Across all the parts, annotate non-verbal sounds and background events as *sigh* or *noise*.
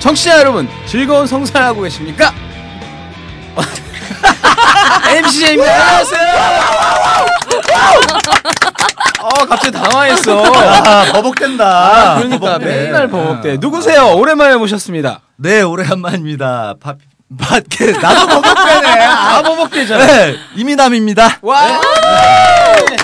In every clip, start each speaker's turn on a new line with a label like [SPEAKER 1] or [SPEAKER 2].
[SPEAKER 1] 청취자 여러분 즐거운 성사를 하고 계십니까? *laughs* MCJ입니다. 안녕하세요. 어 갑자기 당황했어.
[SPEAKER 2] 아, 버벅댄다.
[SPEAKER 1] 그러니까
[SPEAKER 2] 버벅대. 아.
[SPEAKER 1] 맨날 버벅대. 누구세요? 오랜만에 모셨습니다.
[SPEAKER 2] 네, 오래간만입니다. 밥,
[SPEAKER 1] *laughs*
[SPEAKER 2] 밭게 나도 버벅대네. 아, 버벅대잖아. 네, 이미남입니다.
[SPEAKER 1] 와. 네?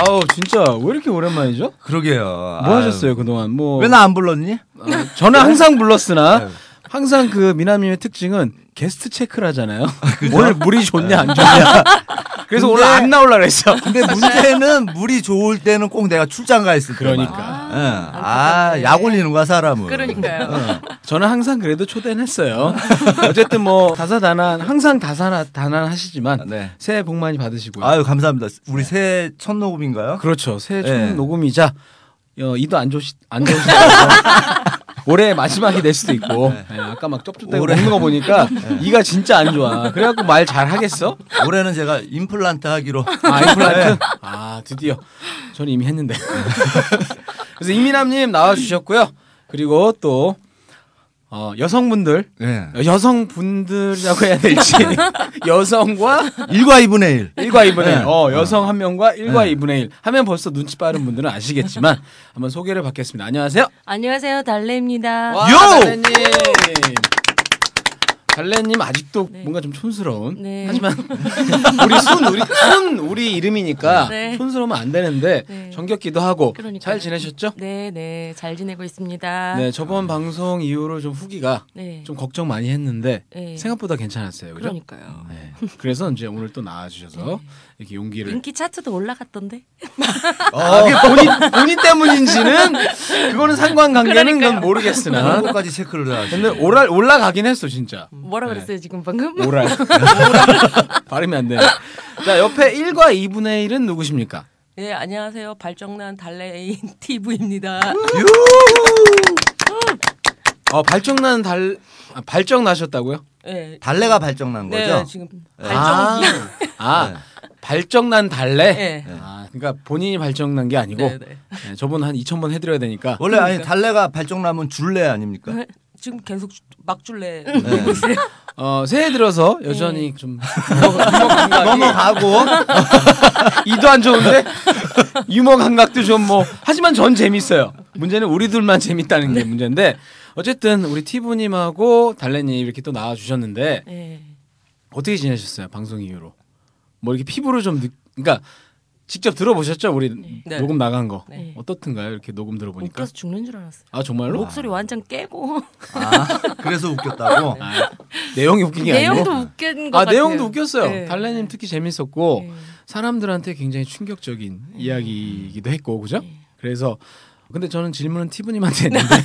[SPEAKER 1] 아우 진짜 왜 이렇게 오랜만이죠?
[SPEAKER 2] 그러게요.
[SPEAKER 1] 뭐 하셨어요 그동안? 뭐
[SPEAKER 2] 왜 나 안 불렀니?
[SPEAKER 1] 아, 저는 항상 불렀으나 항상 그 미남님의 특징은 게스트 체크를 하잖아요. 오늘 물이 좋냐 안 좋냐. *laughs* 그래서 오늘
[SPEAKER 2] 근데-
[SPEAKER 1] 안 나올라 그랬어. *laughs*
[SPEAKER 2] 근데 문제는 물이 좋을 때는 꼭 내가 출장 가 있을 때만.
[SPEAKER 1] 그러니까.
[SPEAKER 2] 예. 아, 약 올리는 거야, 사람은.
[SPEAKER 1] 음.
[SPEAKER 3] 그러니까요.
[SPEAKER 1] 어, 저는 항상 그래도 초대는 했어요. 어쨌든 뭐 다사다난 항상 다사다난 하시지만
[SPEAKER 2] 네.
[SPEAKER 1] 새해 복 많이 받으시고요.
[SPEAKER 2] 아유, 감사합니다. 우리 새해 첫 녹음인가요?
[SPEAKER 1] 그렇죠. 새해 첫
[SPEAKER 2] 네.
[SPEAKER 1] 녹음이자 어, 이도 안 좋시 안 좋으시 *laughs* 올해 마지막이 될 수도 있고 예, 아까 막 쩝쩝대고
[SPEAKER 2] 올해.
[SPEAKER 1] 먹는 거 보니까 이가 진짜 안 좋아. 그래갖고 말 잘 하겠어?
[SPEAKER 2] 올해는 제가
[SPEAKER 1] *laughs*
[SPEAKER 2] 임플란트 하기로.
[SPEAKER 1] 아 임플란트? 아 드디어 저는 이미 했는데. *laughs* 그래서 이민남님 나와주셨고요. 그리고 또 어, 여성분들
[SPEAKER 2] 네.
[SPEAKER 1] 여성분들이라고 해야 *laughs* 될지 여성과
[SPEAKER 2] 일과 2분의 1.
[SPEAKER 1] 1과 2분의 1.
[SPEAKER 2] 네.
[SPEAKER 1] 어, 여성 한 명과 1과 2분의 1. 하면 벌써 눈치 빠른 분들은 아시겠지만
[SPEAKER 2] *laughs*
[SPEAKER 1] 한번 소개를 받겠습니다. 안녕하세요.
[SPEAKER 3] *laughs* 안녕하세요, 아, 달래입니다.
[SPEAKER 1] 와,
[SPEAKER 2] 요!
[SPEAKER 1] 달래님. 달래님 아직도 뭔가 좀 촌스러운.
[SPEAKER 3] 네.
[SPEAKER 1] 하지만 *laughs* 우리 순 우리 순 우리 이름이니까
[SPEAKER 3] 네.
[SPEAKER 1] 촌스러우면 안 되는데
[SPEAKER 3] 네.
[SPEAKER 1] 정겹기도 하고
[SPEAKER 3] 그러니까요.
[SPEAKER 1] 잘 지내셨죠?
[SPEAKER 3] 네, 네, 잘 지내고 있습니다.
[SPEAKER 1] 네, 저번 방송 이후로 좀 후기가
[SPEAKER 3] 네.
[SPEAKER 1] 좀 걱정 많이 했는데
[SPEAKER 3] 네.
[SPEAKER 1] 생각보다 괜찮았어요. 그죠?
[SPEAKER 3] 그러니까요. 네.
[SPEAKER 1] 네. 그래서 이제 오늘 또 나와주셔서 이렇게 용기를
[SPEAKER 3] 인기 차트도 올라갔던데.
[SPEAKER 1] 아, 그게 본인, 본인 때문인지는 그거는 상관관계는 그
[SPEAKER 3] 그러니까요.
[SPEAKER 2] 그런
[SPEAKER 1] 모르겠으나
[SPEAKER 2] 것까지 체크를 해야지.
[SPEAKER 1] 근데 오랄 올라가긴 했어 진짜
[SPEAKER 3] 뭐라 그랬어요 지금 방금?
[SPEAKER 1] 음. 네.
[SPEAKER 3] *laughs*
[SPEAKER 1] 오랄 *laughs* 발음이 안 돼. 자 옆에 1과 2분의 1은 누구십니까?
[SPEAKER 4] 네, 안녕하세요. 발정난 달래인
[SPEAKER 3] *laughs*
[SPEAKER 4] TV입니다.
[SPEAKER 1] 어 발정난 달 아, 발정 나셨다고요?
[SPEAKER 4] 네.
[SPEAKER 2] 달래가 발정난
[SPEAKER 4] 네,
[SPEAKER 2] 거죠?
[SPEAKER 4] 지금
[SPEAKER 1] 아,
[SPEAKER 4] 발정기.
[SPEAKER 1] 아 발정난 달래.
[SPEAKER 4] 네.
[SPEAKER 1] 아 그러니까 본인이 발정난 게 아니고
[SPEAKER 4] 네, 네.
[SPEAKER 1] 네, 저분 한 2천 번 해드려야 되니까 네.
[SPEAKER 2] 원래 아니 달래가 발정나면 줄래 아닙니까?
[SPEAKER 4] 지금 계속 막줄래.
[SPEAKER 1] 어 새해 들어서 여전히 좀 *laughs*
[SPEAKER 2] 넘어가고
[SPEAKER 1] 아. 이도 안 좋은데 유머 감각도 좀 뭐 하지만 전 재밌어요. 문제는 우리 둘만 재밌다는 게 문제인데 어쨌든 우리 티브님하고 달래님 이렇게 또 나와 주셨는데
[SPEAKER 4] 네.
[SPEAKER 1] 어떻게 지내셨어요 방송 이후로? 뭐 이렇게 피부로 좀 느... 그러니까 직접 들어보셨죠 우리
[SPEAKER 4] 네.
[SPEAKER 1] 녹음 나간 거
[SPEAKER 4] 네.
[SPEAKER 1] 어떻든가요 이렇게 녹음 들어보니까
[SPEAKER 4] 웃겨서 죽는 줄 알았어요.
[SPEAKER 1] 아 정말로
[SPEAKER 4] 목소리 완전 깨고
[SPEAKER 2] 아, 그래서 웃겼다고.
[SPEAKER 1] 아, 내용이 웃긴
[SPEAKER 3] *laughs*
[SPEAKER 1] 게 아니고
[SPEAKER 4] 내용도 웃긴 것
[SPEAKER 1] 아
[SPEAKER 4] 같아요.
[SPEAKER 1] 내용도 웃겼어요
[SPEAKER 4] 네.
[SPEAKER 1] 달래님 특히 재밌었고
[SPEAKER 4] 네. 음.
[SPEAKER 1] 사람들한테 굉장히 충격적인 이야기이기도 했고 그죠?
[SPEAKER 4] 네.
[SPEAKER 1] 그래서 근데 저는 질문은 티브님한테
[SPEAKER 4] *laughs*
[SPEAKER 1] 했는데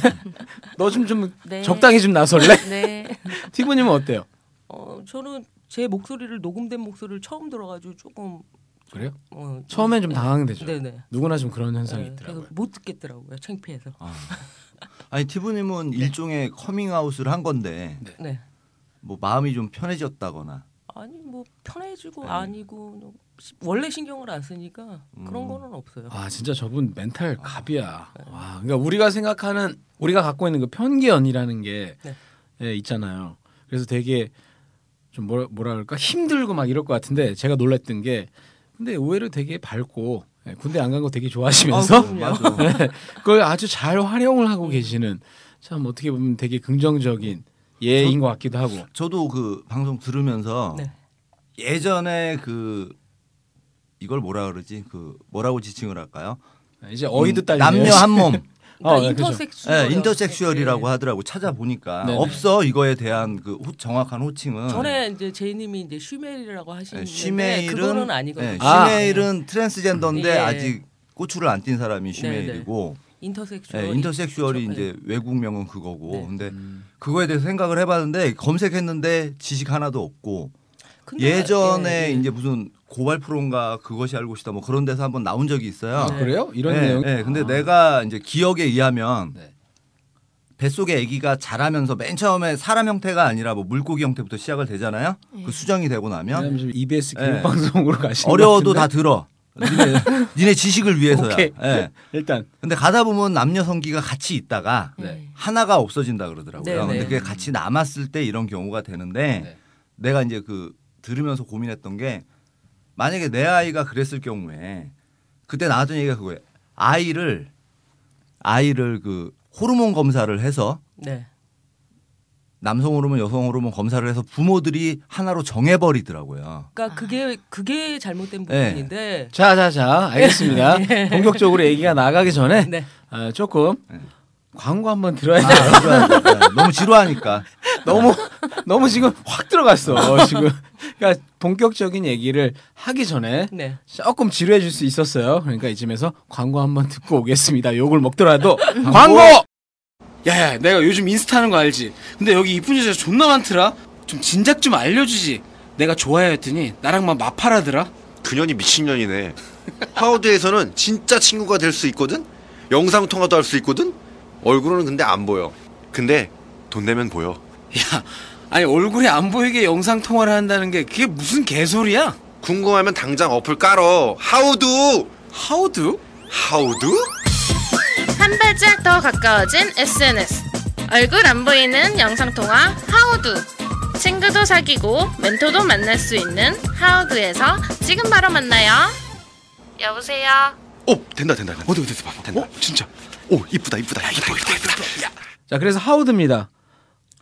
[SPEAKER 1] 너 좀 좀
[SPEAKER 4] 네.
[SPEAKER 1] 적당히 좀 나설래? *laughs*
[SPEAKER 4] 네.
[SPEAKER 1] 티브님은 어때요?
[SPEAKER 4] 어, 저는 제 목소리를 녹음된 목소리를 처음 들어가지고 조금
[SPEAKER 1] 그래요?
[SPEAKER 4] 어, 좀-
[SPEAKER 1] 처음엔 좀 당황되죠.
[SPEAKER 4] 네네.
[SPEAKER 1] 누구나 좀 그런 현상이
[SPEAKER 4] 네,
[SPEAKER 1] 있더라고요.
[SPEAKER 4] 그래서 못 듣겠더라고요. 창피해서.
[SPEAKER 2] 아니 티브님은
[SPEAKER 1] 네.
[SPEAKER 2] 일종의 커밍아웃을 한 건데
[SPEAKER 4] 네.
[SPEAKER 2] 뭐 마음이 좀 편해졌다거나
[SPEAKER 4] 아니 뭐 편해지고 아니고 원래 신경을 안 쓰니까 그런 거는 없어요.
[SPEAKER 1] 아 진짜 저분 멘탈 갑이야. 와, 그러니까 우리가 생각하는 우리가 갖고 있는 그 편견이라는 게
[SPEAKER 4] 네.
[SPEAKER 1] 예, 있잖아요. 그래서 되게 좀 뭐라, 뭐라 그럴까 힘들고 막 이럴 것 같은데 제가 놀랬던 게 근데 의외로 되게 밝고 예, 군대 안 간 거 되게 좋아하시면서 *laughs*
[SPEAKER 2] 어, 맞아.
[SPEAKER 1] 네, 그걸 아주 잘 활용을 하고 계시는 참 어떻게 보면 되게 긍정적인 예인 것 같기도 하고
[SPEAKER 2] 저도 그 방송 들으면서
[SPEAKER 4] 네.
[SPEAKER 2] 예전에 그 이걸 뭐라 그러지 그 뭐라고 지칭을 할까요?
[SPEAKER 1] 예, 이제 어이도 딸
[SPEAKER 2] 음, 남녀 한
[SPEAKER 1] *laughs*
[SPEAKER 2] 몸.
[SPEAKER 1] 어,
[SPEAKER 4] 그러니까
[SPEAKER 1] 네, 그죠.
[SPEAKER 4] 인터섹슈얼
[SPEAKER 2] 예, 인터섹슈얼이라고 하더라고 찾아보니까
[SPEAKER 1] 네. 네네.
[SPEAKER 2] 없어 이거에 대한 그 호- 정확한 호칭은
[SPEAKER 4] 전에 이제 제이님이 이제 쉬메일이라고 하시는데
[SPEAKER 2] 예, 쉬메일은
[SPEAKER 4] 그거는 네, 아니거든요. 네.
[SPEAKER 2] 예,
[SPEAKER 1] 아.
[SPEAKER 2] 쉬메일은 트랜스젠더인데
[SPEAKER 4] 예.
[SPEAKER 2] 아직 고추를 안 띈 사람이
[SPEAKER 4] 네네. 그렇죠.
[SPEAKER 2] 쉬메일이고
[SPEAKER 4] 인터섹슈얼.
[SPEAKER 2] 네, 인터섹슈얼이
[SPEAKER 4] 그쵸? 예.
[SPEAKER 2] 이제 외국명은 그거고
[SPEAKER 4] 네.
[SPEAKER 2] 근데
[SPEAKER 1] 음.
[SPEAKER 2] 그거에 대해서 생각을 해봤는데 검색했는데 지식 하나도 없고
[SPEAKER 4] 근데-
[SPEAKER 2] 예전에
[SPEAKER 4] 예, 예.
[SPEAKER 2] 이제 무슨 고발 프로인가 그것이 알고 싶다 뭐 그런 데서 한번 나온 적이 있어요.
[SPEAKER 1] 아, 그래요? 이런
[SPEAKER 2] 네,
[SPEAKER 1] 내용.
[SPEAKER 2] 네, 근데
[SPEAKER 1] 아.
[SPEAKER 2] 내가 이제 기억에 의하면
[SPEAKER 1] 네.
[SPEAKER 2] 뱃속에 아기가 자라면서 맨 처음에 사람 형태가 아니라 뭐 물고기 형태부터 시작을 되잖아요.
[SPEAKER 4] 예.
[SPEAKER 2] 그 수정이 되고 나면
[SPEAKER 1] 왜냐면 지금 EBS
[SPEAKER 2] 네.
[SPEAKER 1] 교육방송으로 가시는
[SPEAKER 2] 어려워도
[SPEAKER 1] 것
[SPEAKER 2] 다
[SPEAKER 1] 같은데.
[SPEAKER 2] 들어. 니네, *laughs* 니네 지식을 위해서야.
[SPEAKER 1] 오케이.
[SPEAKER 2] 예.
[SPEAKER 1] *laughs* 일단
[SPEAKER 2] 근데 가다 보면 남녀 성기가 같이 있다가
[SPEAKER 1] 네.
[SPEAKER 2] 하나가 없어진다 그러더라고요.
[SPEAKER 4] 네네.
[SPEAKER 2] 근데 그게 같이 남았을 때 이런 경우가 되는데
[SPEAKER 1] 네.
[SPEAKER 2] 내가 이제 그 들으면서 고민했던 게 만약에 내 아이가 그랬을 경우에 그때 나왔던 얘기가 그거예요. 아이를 아이를 그 호르몬 검사를 해서
[SPEAKER 4] 네.
[SPEAKER 2] 남성 호르몬, 여성 호르몬 검사를 해서 부모들이 하나로
[SPEAKER 4] *laughs*
[SPEAKER 2] 정해버리더라고요.
[SPEAKER 4] 그러니까 그게 그게 잘못된
[SPEAKER 2] 네.
[SPEAKER 4] 부분인데.
[SPEAKER 1] 자자자 *laughs* 알겠습니다. 본격적으로 얘기가 나가기 전에
[SPEAKER 4] 네.
[SPEAKER 1] 아, 조금
[SPEAKER 2] 네.
[SPEAKER 1] 광고 한번 들어야 돼.
[SPEAKER 2] 아, 그거야. 너무 지루하니까.
[SPEAKER 1] 너무 너무 지금 확 들어갔어 지금. 그러니까 본격적인 얘기를 하기 전에
[SPEAKER 4] 네.
[SPEAKER 1] 조금 지루해질 수 있었어요. 그러니까 이쯤에서 광고 한번 듣고 오겠습니다. 욕을 먹더라도 *laughs* 광고. 야야, 내가 요즘 인스타 하는 거 알지? 근데 여기 이쁜 여자 존나 많더라. 좀 진작 좀 알려주지. 내가 좋아해 했더니 나랑만 마팔하더라.
[SPEAKER 5] 그년이 미친년이네. 하우드에서는 진짜 친구가 될 수 있거든? 영상통화도 할 수 있거든? 얼굴은 근데 안 보여. 근데 돈 내면 보여.
[SPEAKER 1] 야, 아니 얼굴이 안 보이게 영상 통화를 한다는 게 그게 무슨 개소리야?
[SPEAKER 5] 궁금하면 당장 어플 깔어. 하우두!
[SPEAKER 1] 하우드?
[SPEAKER 5] 하우두?
[SPEAKER 6] 한 발짝 더 가까워진 SNS 얼굴 안 보이는 영상통화 하우두 친구도 사귀고 멘토도 만날 수 있는 하우두에서 지금 바로 만나요 여보세요
[SPEAKER 5] 오! 된다, 된다. 어디, 어디, 어디, 봐봐. 된다. 진짜. 오, 이쁘다, 이쁘다. 야, 이쁘다, 이쁘다, 이쁘다.
[SPEAKER 1] 자, 그래서 하우드입니다.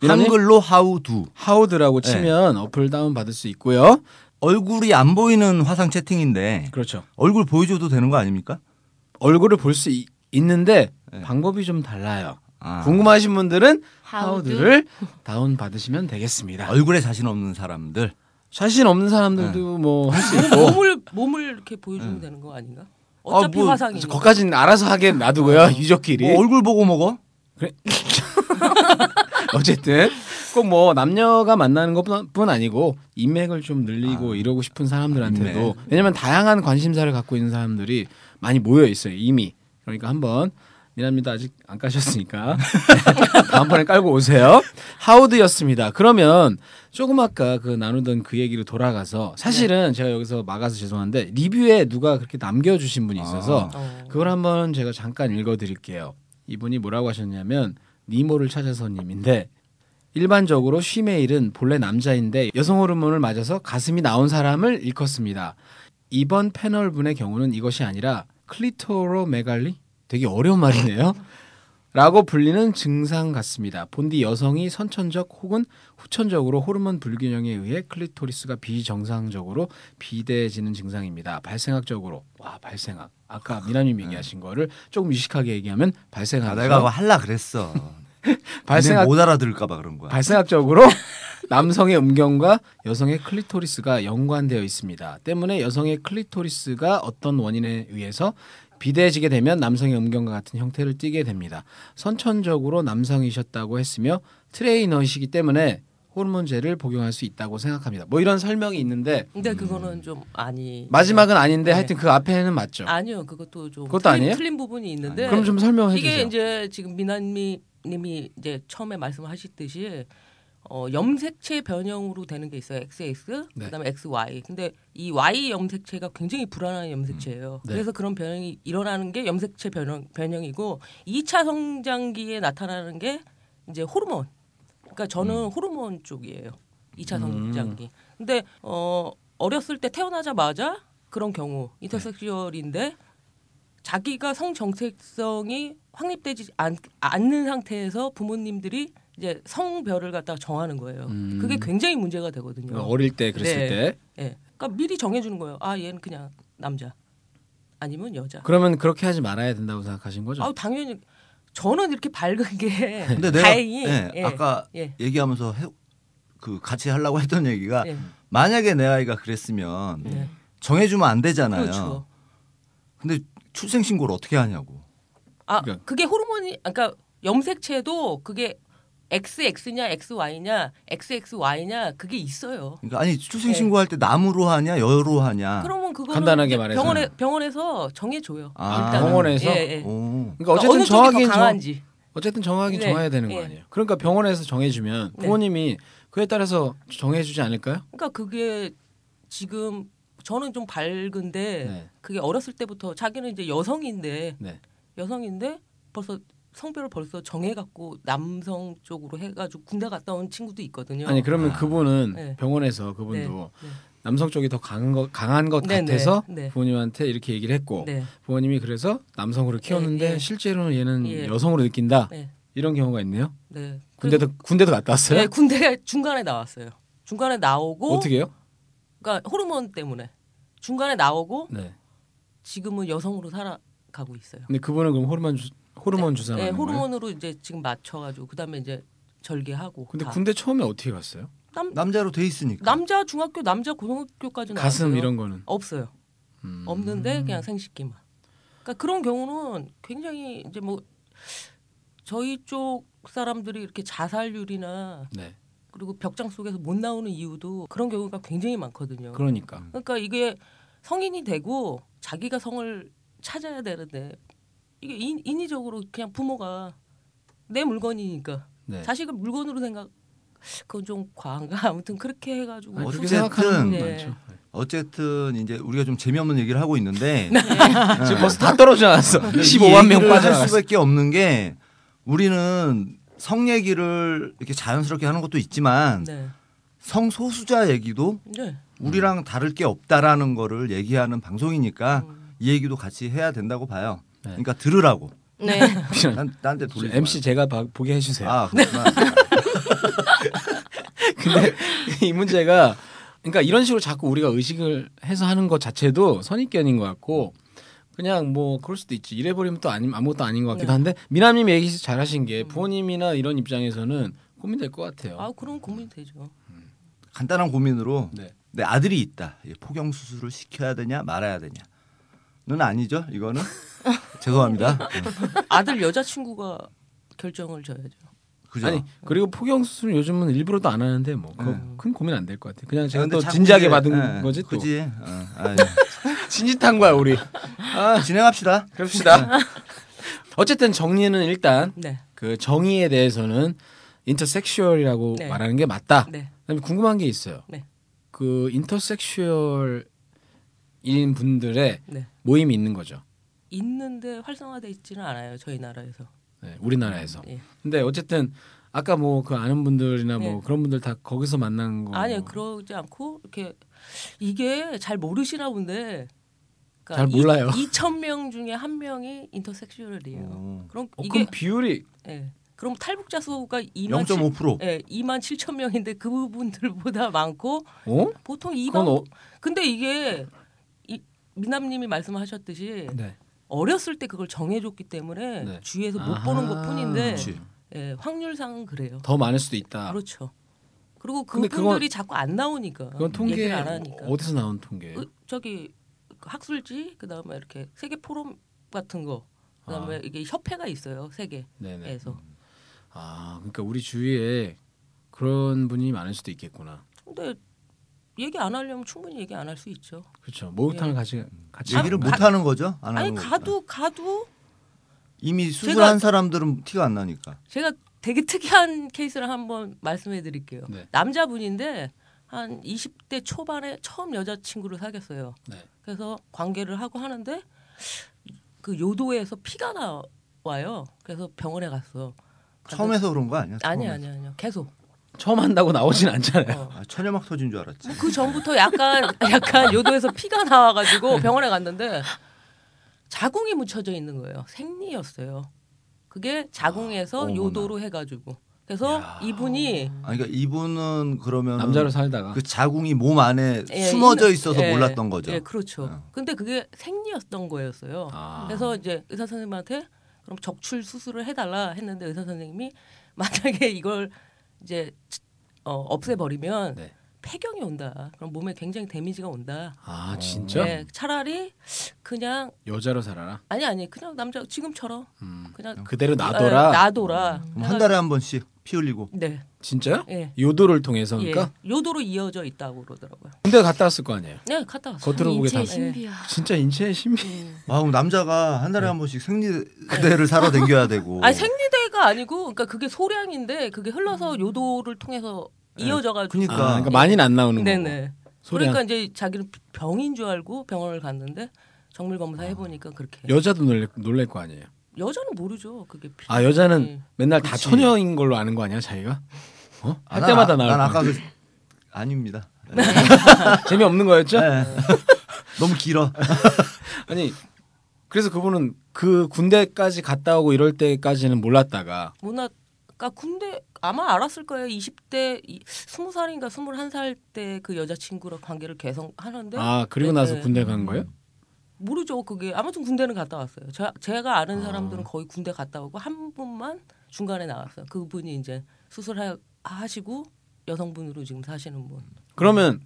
[SPEAKER 1] 이러니?
[SPEAKER 2] 한글로 how do.
[SPEAKER 1] 하우드라고 치면 어플 다운 받을 수 있고요.
[SPEAKER 2] 얼굴이 안 보이는 화상 채팅인데
[SPEAKER 1] 그렇죠.
[SPEAKER 2] 얼굴 보여줘도 되는 거 아닙니까?
[SPEAKER 1] 얼굴을 볼 수 있는데 방법이 좀 달라요.
[SPEAKER 2] 아.
[SPEAKER 1] 궁금하신 분들은
[SPEAKER 3] 하우드. *laughs*
[SPEAKER 1] 하우드를 다운 받으시면 되겠습니다.
[SPEAKER 2] 얼굴에 자신 없는 사람들.
[SPEAKER 1] 자신 없는 사람들도 뭐
[SPEAKER 3] *laughs*
[SPEAKER 1] 할 수 있고
[SPEAKER 4] 몸을 몸을 이렇게
[SPEAKER 1] 음.
[SPEAKER 4] 보여주면 되는 거 아닌가?
[SPEAKER 2] 아,
[SPEAKER 4] 어차피
[SPEAKER 2] 뭐,
[SPEAKER 4] 화상이.
[SPEAKER 1] 거까지는 알아서 하게 놔두고요 유저끼리.
[SPEAKER 2] 뭐 얼굴 보고 먹어?
[SPEAKER 1] *laughs* 어쨌든 꼭 뭐 남녀가 만나는 것뿐 아니고 인맥을 좀 늘리고 이러고 싶은 사람들한테도
[SPEAKER 2] 인맥.
[SPEAKER 1] 왜냐면 다양한 관심사를 갖고 있는 사람들이 많이 모여 있어요 이미 그러니까 한번 미안합니다 아직 안 까셨으니까 *laughs* 다음번에 깔고 오세요 하우드였습니다 그러면 조금 아까 그 나누던 그 얘기로 돌아가서 사실은 제가 여기서 막아서 죄송한데 리뷰에 누가 그렇게 남겨주신 분이 있어서
[SPEAKER 4] 어.
[SPEAKER 1] 그걸 한번 제가 잠깐 읽어드릴게요. 이분이 뭐라고 하셨냐면 니모를 찾아서님인데 일반적으로 쉬메일은 본래 남자인데 여성 호르몬을 맞아서 가슴이 나온 사람을 일컫습니다. 이번 패널 분의 경우는 이것이 아니라 클리토로메갈리 되게 어려운 말이네요. 라고 불리는 증상 같습니다. 본디 여성이 선천적 혹은 후천적으로 호르몬 불균형에 의해 클리토리스가 비정상적으로 비대해지는 증상입니다. 발생학적으로 와 발생학 아까 미나님 얘기하신 거를 조금 유식하게 얘기하면
[SPEAKER 2] 네. 아,
[SPEAKER 1] 발생학
[SPEAKER 2] 내가 그거 할라 그랬어. 발생
[SPEAKER 1] 그렇죠. *laughs* 발생학
[SPEAKER 2] 못 알아들을까 봐 그런 거야.
[SPEAKER 1] 발생학적으로 *laughs* 남성의 음경과 여성의 클리토리스가 연관되어 있습니다. 때문에 여성의 클리토리스가 어떤 원인에 의해서 비대해지게 되면 남성의 음경과 같은 형태를 띠게 됩니다. 선천적으로 남성이셨다고 했으며 트레이너이시기 때문에 호르몬제를 복용할 수 있다고 생각합니다. 뭐 이런 설명이 있는데
[SPEAKER 4] 근데 그거는 좀 아니.
[SPEAKER 1] 마지막은 아닌데
[SPEAKER 4] 네.
[SPEAKER 1] 하여튼 그 앞에는 맞죠.
[SPEAKER 4] 아니요, 그것도 좀
[SPEAKER 1] 그것도
[SPEAKER 4] 틀린,
[SPEAKER 1] 아니에요?
[SPEAKER 4] 틀린 부분이 있는데.
[SPEAKER 1] 그럼 좀 설명해
[SPEAKER 4] 이게
[SPEAKER 1] 주세요.
[SPEAKER 4] 이제 지금 미나님이 이제 처음에 말씀하셨듯이 어, 염색체 변형으로 되는 게 있어요. XX
[SPEAKER 1] 네.
[SPEAKER 4] 그다음에 XY. 근데 이 Y 염색체가 굉장히 불안한 염색체예요.
[SPEAKER 1] 네.
[SPEAKER 4] 그래서 그런 변형이 일어나는 게 염색체 변형 변형이고 2차 성장기에 나타나는 게 이제 호르몬. 그러니까 저는
[SPEAKER 1] 음.
[SPEAKER 4] 호르몬 쪽이에요. 2차 성장기. 근데 어 어렸을 때 태어나자마자 그런 경우 인터섹슈얼인데 자기가 성 정체성이 확립되지 않, 않는 상태에서 부모님들이 이제 성별을 갖다가 정하는 거예요.
[SPEAKER 1] 음. 그러니까
[SPEAKER 4] 그게 굉장히 문제가 되거든요.
[SPEAKER 1] 어릴 때 그랬을
[SPEAKER 4] 네.
[SPEAKER 1] 때
[SPEAKER 4] 예. 그러니까 미리 정해주는 거예요. 아 얘는 그냥 남자 아니면 여자.
[SPEAKER 1] 그러면 그렇게 하지 말아야 된다고 생각하신 거죠?
[SPEAKER 4] 아 당연히 저는 이렇게 밝은 게
[SPEAKER 2] 근데 내가
[SPEAKER 4] 다행히
[SPEAKER 2] 예,
[SPEAKER 4] 예.
[SPEAKER 2] 아까
[SPEAKER 4] 예.
[SPEAKER 2] 얘기하면서 해- 그 같이 하려고 했던 얘기가
[SPEAKER 4] 예.
[SPEAKER 2] 만약에 내 아이가 그랬으면
[SPEAKER 4] 네.
[SPEAKER 2] 정해주면 안 되잖아요.
[SPEAKER 4] 그렇죠.
[SPEAKER 2] 근데 출생신고를 어떻게 하냐고.
[SPEAKER 4] 아
[SPEAKER 1] 그러니까.
[SPEAKER 4] 그게 호르몬이 그러니까 염색체도 그게 XX냐 XY냐 XXY냐 그게 있어요.
[SPEAKER 2] 그러니까 아니 출생 신고할 때 남으로 하냐 여로 하냐.
[SPEAKER 4] 예. 그러면 그거
[SPEAKER 1] 아, 간단하게 말해서.
[SPEAKER 4] 병원에 병원에서 정해줘요.
[SPEAKER 2] 아,
[SPEAKER 4] 일단은.
[SPEAKER 1] 병원에서?
[SPEAKER 4] 예, 예.
[SPEAKER 2] 오.
[SPEAKER 1] 그러니까
[SPEAKER 4] 어느
[SPEAKER 1] 어쨌든
[SPEAKER 4] 쪽이
[SPEAKER 1] 정하긴
[SPEAKER 4] 더
[SPEAKER 1] 정,
[SPEAKER 4] 강한지.
[SPEAKER 1] 어쨌든 정하긴
[SPEAKER 4] 네.
[SPEAKER 1] 정해야 되는 거
[SPEAKER 4] 네.
[SPEAKER 1] 아니에요. 그러니까 병원에서 정해주면
[SPEAKER 4] 네.
[SPEAKER 1] 부모님이 그에 따라서 정해주지 않을까요?
[SPEAKER 4] 그러니까 그게 지금 저는 좀 밝은데
[SPEAKER 1] 네.
[SPEAKER 4] 그게 어렸을 때부터 자기는 이제 여성인데
[SPEAKER 1] 네.
[SPEAKER 4] 여성인데 벌써 성별을 벌써 정해갖고 남성 쪽으로 해가지고 군대 갔다 온 친구도 있거든요.
[SPEAKER 1] 아니 그러면 그분은
[SPEAKER 4] 네.
[SPEAKER 1] 병원에서
[SPEAKER 4] 네,
[SPEAKER 1] 그분도 남성 쪽이 더 강한 것 강한 것
[SPEAKER 4] 네, 네,
[SPEAKER 1] 같아서
[SPEAKER 4] 네.
[SPEAKER 1] 부모님한테 이렇게 얘기를 했고
[SPEAKER 4] 네.
[SPEAKER 1] 부모님이 그래서 남성으로 키웠는데
[SPEAKER 4] 예, 예.
[SPEAKER 1] 실제로는 얘는
[SPEAKER 4] 예.
[SPEAKER 1] 여성으로 느낀다
[SPEAKER 4] 네.
[SPEAKER 1] 이런 경우가 있네요.
[SPEAKER 4] 네.
[SPEAKER 1] 군대도 군대도 갔다 왔어요.
[SPEAKER 4] 네, 군대 *laughs* 중간에 나왔어요. 중간에 나오고
[SPEAKER 1] 어떻게요?
[SPEAKER 4] 그러니까 호르몬 때문에 중간에 나오고
[SPEAKER 1] 네.
[SPEAKER 4] 지금은 여성으로 살아가고 있어요.
[SPEAKER 1] 근데 그분은 그럼 호르몬 주, 호르몬 주사
[SPEAKER 4] 네,
[SPEAKER 1] 맞는 거예요?
[SPEAKER 4] 호르몬으로 이제 지금 맞춰가지고 그다음에 이제 절개하고.
[SPEAKER 1] 근데
[SPEAKER 4] 다.
[SPEAKER 1] 군대 처음에 어떻게 갔어요?
[SPEAKER 4] 남,
[SPEAKER 2] 남자로 돼 있으니까.
[SPEAKER 4] 남자 중학교 남자 고등학교까지 는
[SPEAKER 1] 가슴 이런 거는
[SPEAKER 4] 없어요.
[SPEAKER 1] 음.
[SPEAKER 4] 없는데 그냥 생식기만. 그러니까 그런 경우는 굉장히 이제 뭐 저희 쪽 사람들이 이렇게 자살률이나
[SPEAKER 1] 네.
[SPEAKER 4] 그리고 벽장 속에서 못 나오는 이유도 그런 경우가 굉장히 많거든요.
[SPEAKER 1] 그러니까
[SPEAKER 4] 그러니까 이게 성인이 되고 자기가 성을 찾아야 되는데 이게 인, 인위적으로 그냥 부모가 내 물건이니까
[SPEAKER 1] 네.
[SPEAKER 4] 자식을 물건으로 생각 그건 좀 과한가 *laughs* 아무튼 그렇게 해가지고
[SPEAKER 1] 아니, 그렇게
[SPEAKER 2] 뭐 어쨌든-
[SPEAKER 1] 생각하는 분
[SPEAKER 4] 네.
[SPEAKER 1] 많죠. 네.
[SPEAKER 2] 어쨌든 이제 우리가 좀 재미없는 얘기를 하고
[SPEAKER 1] *laughs*
[SPEAKER 2] 있는데
[SPEAKER 1] 지금 벌써 다 떨어져 나왔어.
[SPEAKER 2] 이
[SPEAKER 1] 15만 명
[SPEAKER 2] 아, 네. 얘기를 할
[SPEAKER 1] 빠져나갔어.
[SPEAKER 2] 수밖에 없는 게 우리는 성 얘기를 이렇게 자연스럽게 하는 것도 있지만
[SPEAKER 4] 네.
[SPEAKER 2] 성 소수자 얘기도
[SPEAKER 4] 네.
[SPEAKER 1] 음.
[SPEAKER 2] 우리랑 다를 게 없다라는 거를 얘기하는 방송이니까
[SPEAKER 1] 음.
[SPEAKER 2] 이 얘기도 같이 해야 된다고 봐요.
[SPEAKER 1] 네.
[SPEAKER 2] 그러니까 들으라고.
[SPEAKER 3] 네.
[SPEAKER 2] 난 딴데 돌리지 마.
[SPEAKER 1] MC 제가 봐- 보게 해주세요. 네.
[SPEAKER 2] 아, 그렇구나.
[SPEAKER 1] 근데 *laughs* 이 문제가 그러니까 이런 식으로 자꾸 우리가 의식을 해서 하는 것 자체도 선입견인 것 같고 그냥 뭐 그럴 수도 있지 이래버리면 또 아니, 아무것도 아닌 것 같기도 한데 미남님이 얘기 잘하신 게 부모님이나 이런 입장에서는 고민될 것 같아요.
[SPEAKER 4] 아 그럼
[SPEAKER 1] *laughs*
[SPEAKER 4] 고민이 되죠.
[SPEAKER 2] 간단한 고민으로
[SPEAKER 1] 네.
[SPEAKER 2] 내 아들이 있다. 이 포경 수술을 시켜야 되냐 말아야 되냐.는 아니죠.
[SPEAKER 1] *laughs*
[SPEAKER 2] 이거는 죄송합니다. 네.
[SPEAKER 4] 아들 여자친구가 결정을 져야죠.
[SPEAKER 2] 그죠?
[SPEAKER 1] 아니 그리고 포경 수술 은 요즘은 일부러도 안 하는데 뭐 큰 고민 안 될 것 같아요. 그냥 제가
[SPEAKER 2] 네. 근데
[SPEAKER 1] 또
[SPEAKER 2] 자꾸
[SPEAKER 1] 진지하게
[SPEAKER 2] 이제,
[SPEAKER 1] 받은
[SPEAKER 2] 예,
[SPEAKER 1] 거지 또
[SPEAKER 2] 그지? 어, 아이.
[SPEAKER 1] *laughs* 진짓한 거야 우리. 아
[SPEAKER 2] 진행합시다.
[SPEAKER 1] 그럽시다. 어쨌든 정리는 일단
[SPEAKER 4] 네.
[SPEAKER 1] 그 정의에 대해서는 인터섹슈얼이라고
[SPEAKER 4] 네.
[SPEAKER 1] 말하는 게 맞다.
[SPEAKER 4] 네.
[SPEAKER 1] 그다음에 궁금한 게 있어요.
[SPEAKER 4] 네.
[SPEAKER 1] 그 인터섹슈얼인 분들의
[SPEAKER 4] 네.
[SPEAKER 1] 모임이 있는 거죠.
[SPEAKER 4] 있는데 활성화돼 있지는 않아요. 저희 나라에서.
[SPEAKER 1] 네, 우리나라에서.
[SPEAKER 4] 예.
[SPEAKER 1] 근데 어쨌든 아까 뭐 그 아는 분들이나 뭐
[SPEAKER 4] 네.
[SPEAKER 1] 그런 분들 다 거기서 만난 거. 어,
[SPEAKER 4] 아니요 그러지 않고 이렇게 이게 잘 모르시나 본데
[SPEAKER 1] 잘
[SPEAKER 4] *laughs*
[SPEAKER 1] 몰라요.
[SPEAKER 4] 2천 명 중에 한 명이 인터섹슈얼이에요.
[SPEAKER 2] 오.
[SPEAKER 4] 그럼
[SPEAKER 1] 어,
[SPEAKER 4] 이게
[SPEAKER 1] 그럼 비율이
[SPEAKER 4] 예. 그럼 탈북자 수가 2만 7,
[SPEAKER 2] 0.5%.
[SPEAKER 4] 예, 2만 7천 명인데 그분들보다 많고
[SPEAKER 1] 어?
[SPEAKER 4] 보통
[SPEAKER 1] 그건
[SPEAKER 4] 2만
[SPEAKER 1] 어?
[SPEAKER 4] 근데 이게 이, 미남님이 말씀하셨듯이
[SPEAKER 1] 네.
[SPEAKER 4] 어렸을 때 그걸 정해줬기 때문에
[SPEAKER 1] 네.
[SPEAKER 4] 주위에서 못
[SPEAKER 1] 아하.
[SPEAKER 4] 보는 것뿐인데
[SPEAKER 2] 그렇지.
[SPEAKER 4] 예, 확률상은 그래요.
[SPEAKER 1] 더 많을 수도 있다.
[SPEAKER 4] 그렇죠. 그리고
[SPEAKER 1] 아. 근데
[SPEAKER 4] 그분들이
[SPEAKER 1] 그건-
[SPEAKER 4] 자꾸 안 나오니까
[SPEAKER 1] 그건 통계
[SPEAKER 4] 얘기를 안 하니까
[SPEAKER 1] 어디서 나온 통계예요?
[SPEAKER 4] 으, 저기 그 학술지 그다음에 이렇게 세계 포럼 같은 거 그다음에
[SPEAKER 1] 아.
[SPEAKER 4] 이게 협회가 있어요 세계에서
[SPEAKER 1] 네네. 아, 그러니까 우리 주위에 그런 분이 많을 수도 있겠구나.
[SPEAKER 4] 근데 얘기 안 하려면 충분히 얘기 안 할 수 있죠.
[SPEAKER 1] 그렇죠. 목욕탕을
[SPEAKER 4] 예.
[SPEAKER 1] 같이 같이
[SPEAKER 2] 얘기를
[SPEAKER 1] 가면
[SPEAKER 2] 못 하는 거죠? 안
[SPEAKER 4] 아니
[SPEAKER 2] 하는 거구나.
[SPEAKER 4] 가도 가도
[SPEAKER 2] 이미
[SPEAKER 4] 제가-
[SPEAKER 2] 수술한 사람들은 티가 안 나니까.
[SPEAKER 4] 제가 되게 특이한 케이스를 한번 말씀해 드릴게요.
[SPEAKER 1] 네.
[SPEAKER 4] 남자분인데 한 20대 초반에 처음 여자친구를 사귀었어요.
[SPEAKER 1] 네.
[SPEAKER 4] 그래서 관계를 하고 하는데 그 요도에서 피가 나와요. 그래서 병원에 갔어.
[SPEAKER 2] 처음에서 그런 거 아니야?
[SPEAKER 4] 아니
[SPEAKER 2] 처음에서.
[SPEAKER 4] 아니 아니요. 계속.
[SPEAKER 1] 처음 한다고 나오진 않잖아요.
[SPEAKER 4] 어.
[SPEAKER 2] 아, 천연막 터진 줄 알았지.
[SPEAKER 4] 그 전부터 약간 *laughs* 약간 요도에서 피가 나와가지고 병원에 갔는데 자궁이 묻혀져 있는 거예요. 생리였어요. 그게
[SPEAKER 2] 아,
[SPEAKER 4] 자궁에서
[SPEAKER 2] 어머나.
[SPEAKER 4] 요도로 해가지고. 그래서 이분이
[SPEAKER 2] 아, 그러니까 이분은 그러면
[SPEAKER 1] *laughs* 남자로 살다가
[SPEAKER 2] 그 자궁이 몸 안에
[SPEAKER 4] 예,
[SPEAKER 2] 숨어져
[SPEAKER 4] 있는-
[SPEAKER 2] 있어서
[SPEAKER 4] 예,
[SPEAKER 2] 몰랐던 거죠.
[SPEAKER 4] 예, 그렇죠.
[SPEAKER 2] 어.
[SPEAKER 4] 근데 그게 생리였던 거였어요.
[SPEAKER 1] 아.
[SPEAKER 4] 그래서 이제 의사 선생님한테 그럼 적출 수술을 해달라 했는데 *laughs* 의사 선생님이 만약에 이걸 이제 어, 없애버리면
[SPEAKER 1] 네.
[SPEAKER 4] 폐경이 온다. 그럼 몸에 굉장히 데미지가 온다.
[SPEAKER 1] 아 진짜?
[SPEAKER 4] 네, 차라리 그냥
[SPEAKER 1] 여자로 살아라.
[SPEAKER 4] 아니 아니 그냥 남자 지금처럼 그냥
[SPEAKER 1] 그대로
[SPEAKER 4] 예,
[SPEAKER 1] 놔둬라.
[SPEAKER 4] 놔둬라.
[SPEAKER 2] 음. 그럼 한 달에 한 번씩 피 흘리고
[SPEAKER 4] 네.
[SPEAKER 1] 진짜요?
[SPEAKER 4] 예.
[SPEAKER 1] 요도를 통해서 그러니까?
[SPEAKER 4] 예. 요도로 이어져 있다고 그러더라고요.
[SPEAKER 1] 군대 갔다 왔을 거 아니에요.
[SPEAKER 4] 네, 갔다 왔어요.
[SPEAKER 1] 겉으로 보게 다.
[SPEAKER 3] 인체의 신비야.
[SPEAKER 1] 진짜 인체의
[SPEAKER 4] 예.
[SPEAKER 1] 신비.
[SPEAKER 2] 아 그럼 남자가 한
[SPEAKER 1] 예.
[SPEAKER 2] 달에 한 번씩 생리대를 사러 댕겨야 되고
[SPEAKER 4] *laughs* 아니 생리대가 아니고 그러니까 그게 소량인데 그게 흘러서 요도를 통해서 이어져 가지고
[SPEAKER 1] 아,
[SPEAKER 2] 그러니까.
[SPEAKER 1] 음. 그러니까 많이는 안 나오는
[SPEAKER 4] 네,
[SPEAKER 1] 거고.
[SPEAKER 4] 네.
[SPEAKER 1] 소량.
[SPEAKER 4] 그러니까 이제 자기는 병인 줄 알고 병원을 갔는데 정밀 검사 해 보니까 그렇게
[SPEAKER 1] 아. 여자도 놀랄, 놀랄 거 아니에요.
[SPEAKER 4] 여... 자는 모르죠. 그게 피-
[SPEAKER 1] 아 여자는
[SPEAKER 4] 예.
[SPEAKER 1] 맨날 다
[SPEAKER 2] 그치.
[SPEAKER 1] 처녀인 걸로 아는 거 아니야 자기가? 어?
[SPEAKER 2] 아,
[SPEAKER 1] 할
[SPEAKER 2] 난
[SPEAKER 1] 때마다
[SPEAKER 2] 아-
[SPEAKER 1] 나올
[SPEAKER 2] 난
[SPEAKER 1] 거
[SPEAKER 2] 아까
[SPEAKER 1] 아니야.
[SPEAKER 2] 그 아닙니다.
[SPEAKER 1] *laughs* 재미없는 거였죠?
[SPEAKER 2] 네. 너무 길어.
[SPEAKER 1] 아니 그래서 그분은 그 군대까지 갔다 오고 이럴 때까지는 몰랐다가
[SPEAKER 4] 문화 그러니까 군대 아마 알았을 거예요. 20대 이- 20살인가 21살 때 그 여자친구랑 관계를 개성하는데
[SPEAKER 1] 아 그리고
[SPEAKER 4] 네,
[SPEAKER 1] 나서
[SPEAKER 4] 네.
[SPEAKER 1] 군대 간 거예요?
[SPEAKER 4] 모르죠 그게 아무튼 군대는 갔다 왔어요. 저, 제가 아는 사람들은 거의 군대 갔다 오고 한 분만 중간에 나왔어요. 그분이 이제 수술하시고 여성분으로 지금 사시는 분.
[SPEAKER 1] 그러면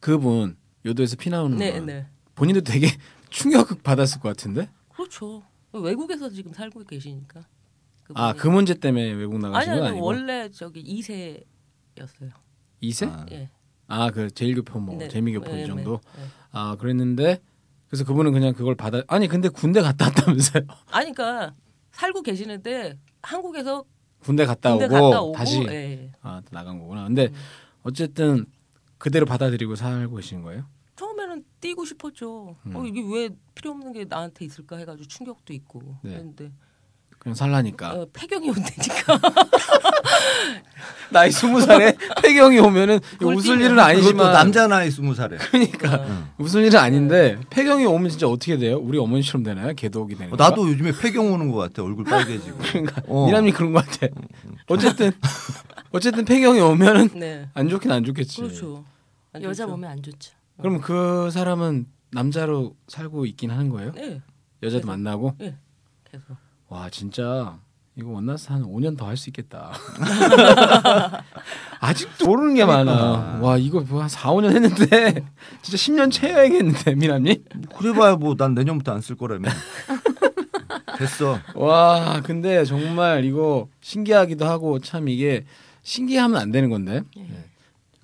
[SPEAKER 1] 그분 요도에서 피 나오는
[SPEAKER 4] 네,
[SPEAKER 1] 거
[SPEAKER 4] 네.
[SPEAKER 1] 본인도 되게 *laughs* 충격 받았을 것 같은데
[SPEAKER 4] 그렇죠. 외국에서 지금 살고 계시니까.
[SPEAKER 1] 아 그 문제 때문에 외국 나가신 건
[SPEAKER 4] 아니 아니
[SPEAKER 1] 아니고
[SPEAKER 4] 원래 저기 2세였어요.
[SPEAKER 1] 이세
[SPEAKER 2] 아.
[SPEAKER 4] 예.
[SPEAKER 1] 아 그 제일교포 뭐
[SPEAKER 4] 네.
[SPEAKER 1] 재미교포
[SPEAKER 4] 네,
[SPEAKER 1] 이 정도
[SPEAKER 4] 네, 네.
[SPEAKER 1] 아 그랬는데 그래서 그분은 그냥 그걸 받아 아니 근데 군대 갔다 왔다면서요 *laughs*
[SPEAKER 4] 아니 그러니까 살고 계시는데 한국에서
[SPEAKER 1] 군대 갔다
[SPEAKER 4] 군대
[SPEAKER 1] 오고
[SPEAKER 4] 갔다 오고
[SPEAKER 1] 다시
[SPEAKER 4] 예, 음. 예.
[SPEAKER 1] 아 나간 거구나 근데 어쨌든 그대로 받아들이고 살고 계신 거예요
[SPEAKER 4] 처음에는 뛰고 싶었죠.
[SPEAKER 1] 음.
[SPEAKER 4] 어, 이게 왜 필요 없는 게 나한테 있을까 해가지고 충격도 있고.
[SPEAKER 1] 네. 아.
[SPEAKER 4] 그런데
[SPEAKER 1] 그냥 살라니까
[SPEAKER 4] 어, 폐경이 온다니까. *laughs*
[SPEAKER 1] 나이 스무 살에 폐경이 오면은 이거
[SPEAKER 4] 골 어.
[SPEAKER 1] 웃을
[SPEAKER 4] 삐면.
[SPEAKER 1] 일은
[SPEAKER 2] 그것도
[SPEAKER 1] 아니지만
[SPEAKER 2] 남자 나이 스무 살에.
[SPEAKER 1] 그러니까 *laughs* 웃을 일은
[SPEAKER 4] 네.
[SPEAKER 1] 아닌데 폐경이 오면 진짜 어떻게 돼요? 우리 어머니처럼 되나요? 개독이 되는
[SPEAKER 2] 어,
[SPEAKER 1] 건가?
[SPEAKER 2] 나도 요즘에 폐경 오는 것 같아. 얼굴 빨개지고.
[SPEAKER 1] *laughs* 그러니까
[SPEAKER 2] 어. 음.
[SPEAKER 1] 미남이 그런 것 같아. 어쨌든 어쨌든 폐경이 오면은 *laughs*
[SPEAKER 4] 네.
[SPEAKER 1] 안 좋긴 안 좋겠지.
[SPEAKER 4] 그렇죠. 안
[SPEAKER 3] 여자
[SPEAKER 1] 네.
[SPEAKER 4] 좋죠.
[SPEAKER 3] 몸에 안 좋죠.
[SPEAKER 1] 그럼 그 사람은 남자로 살고 있긴 하는 거예요?
[SPEAKER 4] 네.
[SPEAKER 1] 여자도
[SPEAKER 4] 계속.
[SPEAKER 1] 만나고
[SPEAKER 4] 계속.
[SPEAKER 1] 와 진짜 이거 원나스 한 5년 더 할 수 *laughs* 있겠다. 아직도 모르는 게 많아. 와 이거 뭐한 4, 5년 했는데 *laughs* 진짜 10년 채워야겠는데 미남님.
[SPEAKER 2] 뭐 그래봐야 뭐 난 내년부터 안 쓸 거라며. 됐어.
[SPEAKER 1] 와 근데 정말 이거 신기하기도 하고 참 이게 신기하면 안 되는 건데
[SPEAKER 3] 예.
[SPEAKER 1] 네.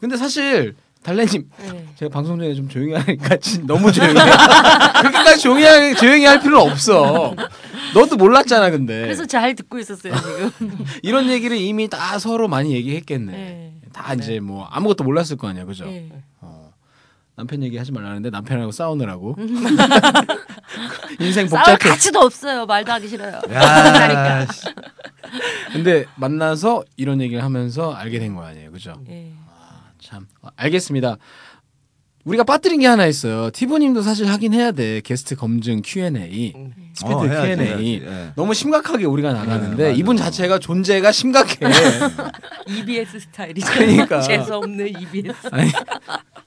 [SPEAKER 1] 근데 사실 달래님
[SPEAKER 3] 네.
[SPEAKER 1] 제가 방송 전에 좀 조용히 하니까 *laughs* 진 너무 조용해 그렇게까지 조용히, 할- 조용히 할 필요는 없어 너도 몰랐잖아 근데
[SPEAKER 3] 그래서 잘 듣고 있었어요 지금.
[SPEAKER 1] 이런 얘기를 이미 다 서로 많이 얘기했겠네
[SPEAKER 3] 네.
[SPEAKER 1] 다 이제 뭐 아무것도 몰랐을 거 아니야 그죠
[SPEAKER 3] 네.
[SPEAKER 1] 어, 남편 얘기하지 말라는데 남편하고 싸우느라고 *laughs* 인생
[SPEAKER 3] 음. 싸울
[SPEAKER 1] 네. 복잡해
[SPEAKER 3] 가치도 없어요. 말도 하기 싫어요.
[SPEAKER 2] 야. 씨.
[SPEAKER 1] 근데 만나서 이런 얘기를 하면서 알게 된 거 아니에요 그죠
[SPEAKER 3] 예.
[SPEAKER 1] 참 어, 알겠습니다. 우리가 빠뜨린 게 하나 있어요. 티보님도 사실 하긴 해야 돼. 게스트 검증 Q&A, 스피드
[SPEAKER 2] 어, 해야지,
[SPEAKER 1] Q&A.
[SPEAKER 2] 해야지. 예.
[SPEAKER 1] 너무 심각하게 우리가
[SPEAKER 2] 네,
[SPEAKER 1] 나가는데
[SPEAKER 2] 맞아요. 예.
[SPEAKER 1] 이분 자체가 존재가 심각해.
[SPEAKER 4] EBS 스타일이죠.
[SPEAKER 1] 그러니까.
[SPEAKER 4] *laughs* 재수 없는 EBS.
[SPEAKER 1] *laughs* 아니,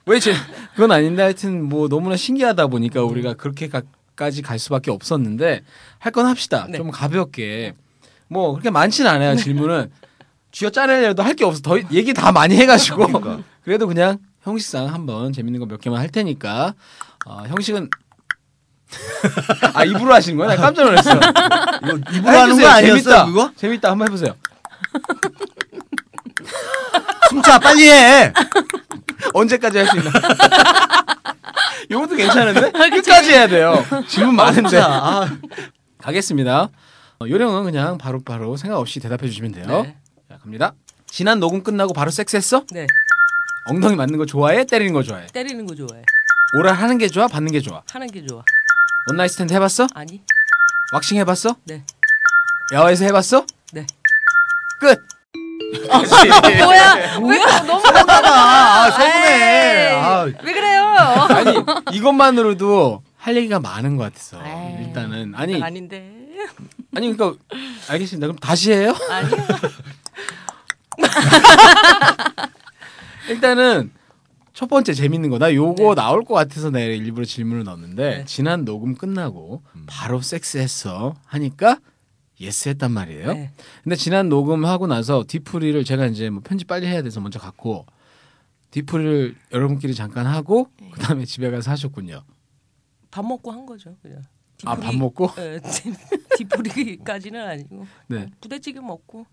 [SPEAKER 1] 왜 제, 그건 아닌데 하여튼 뭐 너무나 신기하다 보니까 우리가 그렇게까지 갈 수밖에 없었는데 할 건 합시다.
[SPEAKER 4] 네.
[SPEAKER 1] 좀 가볍게. 뭐 그렇게 많진 않아요 질문은. 쥐어 짜내려도 할 게 없어. 더 얘기 다 많이 해가지고. 그래도 그냥 형식상 한번 재밌는 거 몇 개만 할 테니까 어, 형식은 아 입으로 하시는 거예요? 나 깜짝 놀랐어요.
[SPEAKER 2] 이거 입으로 하는 거 아니었어?
[SPEAKER 1] 재밌다.
[SPEAKER 2] 그거?
[SPEAKER 1] 재밌다. 한번
[SPEAKER 2] *laughs*
[SPEAKER 1] 해보세요.
[SPEAKER 2] 숨차 빨리 해.
[SPEAKER 1] 언제까지 할 수 있나? *laughs* 요것도 괜찮은데 끝까지 해야 돼요. 질문 많은데
[SPEAKER 2] 아,
[SPEAKER 1] 가겠습니다. 어, 요령은 그냥 바로바로 생각 없이 대답해 주시면 돼요.
[SPEAKER 4] 네.
[SPEAKER 1] 자 갑니다. 지난 녹음 끝나고 바로 섹스했어?
[SPEAKER 4] 네.
[SPEAKER 1] 엉덩이 맞는 거 좋아해? 때리는 거 좋아해?
[SPEAKER 4] 때리는 거 좋아해.
[SPEAKER 1] 오랄 하는 게 좋아? 받는 게 좋아?
[SPEAKER 4] 하는 게 좋아.
[SPEAKER 1] 원나잇 스탠드 해봤어?
[SPEAKER 4] 아니.
[SPEAKER 1] 왁싱 해봤어?
[SPEAKER 4] 네.
[SPEAKER 1] 야외에서 해봤어?
[SPEAKER 4] 네.
[SPEAKER 1] 끝.
[SPEAKER 3] 뭐야? 왜 너무
[SPEAKER 2] 아, 서운해. 아,
[SPEAKER 3] 왜 그래요?
[SPEAKER 1] 아니 이것만으로도 할 얘기가 많은 것 같아서
[SPEAKER 4] 예.
[SPEAKER 3] 에이,
[SPEAKER 1] 일단은 아니
[SPEAKER 3] 아닌데.
[SPEAKER 1] 아니 그러니까 알겠습니다. 그럼 다시 해요?
[SPEAKER 4] 아니요.
[SPEAKER 1] *laughs* 일단은 첫 번째 재밌는 거나 요거 나올 것 같아서 내가 일부러 질문을 넣었는데
[SPEAKER 4] 네.
[SPEAKER 1] 지난 녹음 끝나고 바로 섹스했어 하니까 예스 했단 말이에요.
[SPEAKER 4] 네.
[SPEAKER 1] 근데 지난 녹음하고 나서 뒤풀이를 제가 이제 뭐 편집 빨리 해야 돼서 먼저 갔고 디프를 여러분끼리 잠깐 하고
[SPEAKER 4] 네.
[SPEAKER 1] 그다음에 집에 가서 하셨군요.
[SPEAKER 4] 밥 먹고 한 거죠 그냥.
[SPEAKER 1] 아, 밥 먹고?
[SPEAKER 4] *laughs* 예, 디프리까지는 아니고
[SPEAKER 1] 네. 그
[SPEAKER 4] 부대찌개 먹고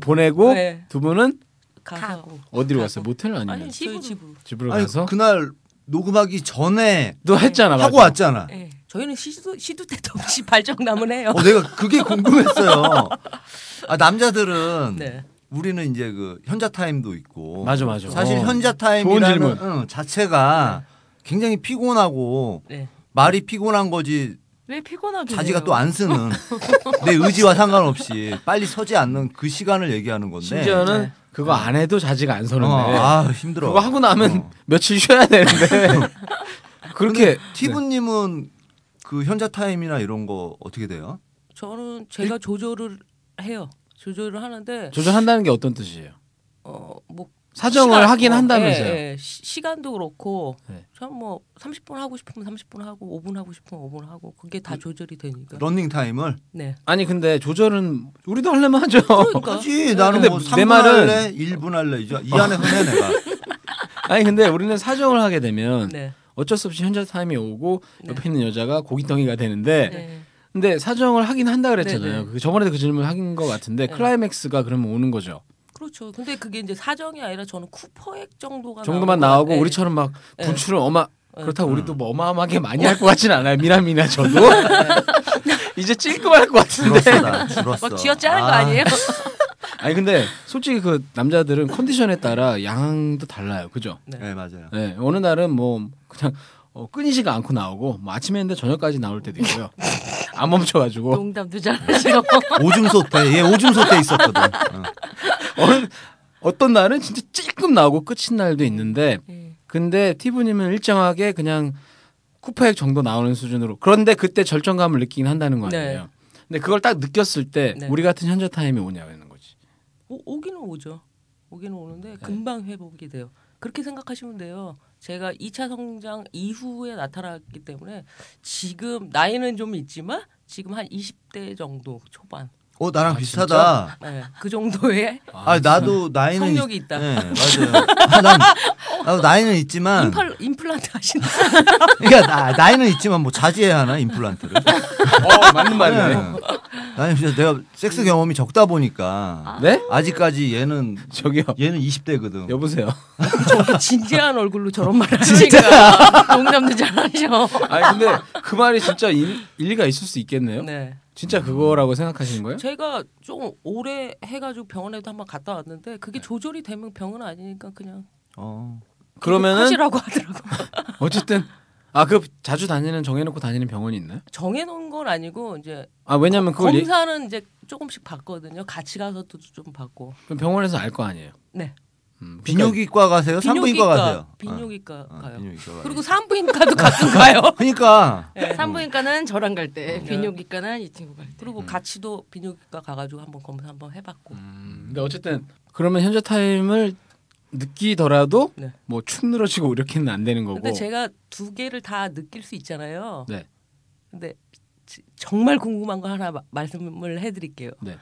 [SPEAKER 1] 보내고
[SPEAKER 4] 네.
[SPEAKER 1] 두 분은
[SPEAKER 4] 가서
[SPEAKER 1] 어디로
[SPEAKER 4] 가고.
[SPEAKER 1] 갔어요? 모텔 아니면
[SPEAKER 4] 아니
[SPEAKER 3] 집으로.
[SPEAKER 4] 저희 집으로.
[SPEAKER 1] 집으로
[SPEAKER 2] 아니
[SPEAKER 1] 가서
[SPEAKER 2] 그날 녹음하기 전에
[SPEAKER 1] 너 했잖아.
[SPEAKER 2] 하고
[SPEAKER 1] 맞아.
[SPEAKER 2] 왔잖아.
[SPEAKER 4] 예,
[SPEAKER 3] 네.
[SPEAKER 4] 저희는 시도 시도 때도 없이 *laughs* 발정남은 해요.
[SPEAKER 2] 어, 내가 그게 궁금했어요. 아,
[SPEAKER 1] 어.
[SPEAKER 2] 남자들은
[SPEAKER 4] 네.
[SPEAKER 2] 우리는 이제 그 현자 타임도 있고
[SPEAKER 1] 맞아 맞아.
[SPEAKER 2] 사실
[SPEAKER 1] 어.
[SPEAKER 2] 현자
[SPEAKER 1] 좋은
[SPEAKER 2] 타임이라는
[SPEAKER 1] 질문.
[SPEAKER 2] 응, 자체가 굉장히 피곤하고
[SPEAKER 4] 네.
[SPEAKER 2] 말이 피곤한 거지
[SPEAKER 3] 왜 피곤하게?
[SPEAKER 2] 자지가 또 안 쓰는 내 의지와 상관없이 빨리 서지 않는 그 시간을 얘기하는 건데
[SPEAKER 1] 심지어는
[SPEAKER 4] 네.
[SPEAKER 1] 그거 안 해도 자지가 안 서는데
[SPEAKER 2] 어, 아 힘들어
[SPEAKER 1] 그거 하고 나면
[SPEAKER 2] 어.
[SPEAKER 1] *laughs* 며칠 쉬어야
[SPEAKER 2] *laughs*
[SPEAKER 1] 되는데 그렇게
[SPEAKER 2] 티브님은 그 현자 타임이나 이런 거 어떻게 돼요?
[SPEAKER 4] 저는 제가 조절을 해요. 조절을 하는데
[SPEAKER 1] 네. 조절한다는 게 어떤 뜻이에요?
[SPEAKER 4] 어뭐
[SPEAKER 1] 사정을 하긴 한다면서요.
[SPEAKER 4] 예, 예. 시, 시간도 그렇고
[SPEAKER 1] 네.
[SPEAKER 4] 전뭐 30분 하고 싶으면 30분 하고 5분 하고 싶으면 5분 하고 그게 다
[SPEAKER 1] 음.
[SPEAKER 4] 조절이 되니까.
[SPEAKER 2] 런닝 타임을
[SPEAKER 4] 네.
[SPEAKER 1] 아니 근데 조절은 우리도 하려면 하죠.
[SPEAKER 4] 그러니까.
[SPEAKER 2] 그지
[SPEAKER 1] 근데
[SPEAKER 2] 나는 뭐
[SPEAKER 1] 내
[SPEAKER 2] 3분
[SPEAKER 1] 말은-
[SPEAKER 2] 할래 1분 할래 이제 이 안에 흔해 내가
[SPEAKER 1] *laughs* 아니 근데 우리는 사정을 하게 되면
[SPEAKER 4] 네.
[SPEAKER 1] 어쩔 수 없이 현자 타임이 오고
[SPEAKER 4] 네.
[SPEAKER 1] 옆에 있는 여자가 고깃덩이가 되는데
[SPEAKER 4] 네.
[SPEAKER 1] 근데 사정을 하긴 한다
[SPEAKER 4] 네,
[SPEAKER 1] 그랬잖아요.
[SPEAKER 4] 네.
[SPEAKER 1] 그 저번에도 그 질문 하긴 것 같은데
[SPEAKER 4] 네.
[SPEAKER 1] 클라이맥스가 그러면 오는 거죠.
[SPEAKER 4] 그렇죠. 근데 그게 이제 사정이 아니라 저는 쿠퍼액 정도가
[SPEAKER 1] 정도만
[SPEAKER 4] 나오는
[SPEAKER 1] 나오고
[SPEAKER 4] 거- 예.
[SPEAKER 1] 우리처럼 막
[SPEAKER 4] 네.
[SPEAKER 1] 분출을 어마
[SPEAKER 4] 네.
[SPEAKER 1] 그렇다고 우리도 뭐 어마어마하게 많이 할 것 같진 않아요. 미남이나
[SPEAKER 4] *laughs*
[SPEAKER 1] 저도 이제 찔끔할 것 같은데.
[SPEAKER 2] 줄었어 나 줄었어
[SPEAKER 4] 막 쥐어짜는 거 아니에요?
[SPEAKER 1] *laughs* 아니 근데 솔직히 그 남자들은 컨디션에 따라 양도 달라요. 그죠?
[SPEAKER 2] 네 맞아요
[SPEAKER 1] 네, 어느 날은 뭐 그냥 어, 끊이지가 않고 나오고 뭐 아침에 했는데 저녁까지 나올 때도 있고요. 안 멈춰가지고
[SPEAKER 3] 농담도 잘하시고
[SPEAKER 2] 오줌 소태 얘 예, 오줌 소태 있었거든 어.
[SPEAKER 1] 어느, 어떤 날은 진짜 찔끔 나오고 끝인 날도 있는데
[SPEAKER 4] 네.
[SPEAKER 1] 근데 티브님은 일정하게 그냥 쿠퍼액 정도 나오는 수준으로 그런데 그때 절정감을 느끼긴 한다는 거 아니에요.
[SPEAKER 4] 네.
[SPEAKER 1] 근데 그걸 딱 느꼈을 때
[SPEAKER 4] 네.
[SPEAKER 1] 우리 같은 현자 타임이 오냐는 거지.
[SPEAKER 4] 오, 오기는 오죠. 오기는 오는데 금방 회복이 돼요. 그렇게 생각하시면 돼요. 제가 2차 성장 이후에 나타났기 때문에 지금 나이는 좀 있지만 지금 한 20대 정도 초반.
[SPEAKER 2] 어 나랑 비슷하다
[SPEAKER 4] 네, 그 정도의
[SPEAKER 2] 아 나도 나이는
[SPEAKER 4] 성욕이
[SPEAKER 2] 있-
[SPEAKER 4] 있다.
[SPEAKER 2] 네, 맞아요 아, 난, 나도 나이는 있지만
[SPEAKER 4] 임팔, 임플란트 하신다.
[SPEAKER 2] 그러니까 나, 나이는 있지만 뭐 자제해야 하나 임플란트를
[SPEAKER 1] 어, 맞는
[SPEAKER 2] 네. 나는 진짜 내가 섹스 경험이 적다 보니까
[SPEAKER 1] 네?
[SPEAKER 2] 아직까지 얘는
[SPEAKER 1] 저기요.
[SPEAKER 2] 얘는 20대거든
[SPEAKER 1] 여보세요.
[SPEAKER 4] 저렇게 진지한 얼굴로 저런 말 하시니까 농담도 잘하셔.
[SPEAKER 1] 아니 근데 그 말이 진짜 일, 일리가 있을 수 있겠네요. 네?
[SPEAKER 4] 네.
[SPEAKER 1] 진짜 그거라고 생각하시는 거예요?
[SPEAKER 4] 제가 좀 오래 해가지고 병원에도 한번 갔다 왔는데 그게 조절이 되면 병은 아니니까 그냥
[SPEAKER 2] 어.
[SPEAKER 1] 그러면은
[SPEAKER 4] 하시라고 하더라고.
[SPEAKER 1] 어쨌든 아 그 자주 다니는 정해놓고 다니는 병원이 있나요?
[SPEAKER 4] 정해놓은 건 아니고 이제
[SPEAKER 1] 아 왜냐면 그걸 얘-
[SPEAKER 4] 검사는 이제 조금씩 받거든요. 같이 가서도 좀 받고.
[SPEAKER 1] 그럼 병원에서 알 거 아니에요.
[SPEAKER 4] 네.
[SPEAKER 1] 음, 그러니까
[SPEAKER 2] 비뇨기과 가세요 산부인과 가세요
[SPEAKER 4] 비뇨기과
[SPEAKER 2] 어, 어,
[SPEAKER 4] 가요.
[SPEAKER 2] 비뇨기과 가요.
[SPEAKER 4] 그리고 산부인과도
[SPEAKER 2] *laughs*
[SPEAKER 4] 가끔 가요.
[SPEAKER 2] 그러니까
[SPEAKER 3] 산부인과는 저랑 갈 때,
[SPEAKER 4] 음.
[SPEAKER 3] 비뇨기과는 이 친구 갈 때.
[SPEAKER 2] 음.
[SPEAKER 4] 그리고 같이도 비뇨기과 가가지고 한번 검사 한번 해봤고.
[SPEAKER 1] 음, 근데 어쨌든 그러면 현재 타임을 느끼더라도
[SPEAKER 4] 네.
[SPEAKER 1] 뭐 축 늘어지고 이렇게는 안 되는 거고.
[SPEAKER 4] 근데 제가 두 개를 다 느낄 수 있잖아요.
[SPEAKER 1] 네.
[SPEAKER 4] 근데 지- 정말 궁금한 거 하나 마- 말씀을 해드릴게요.
[SPEAKER 1] 네.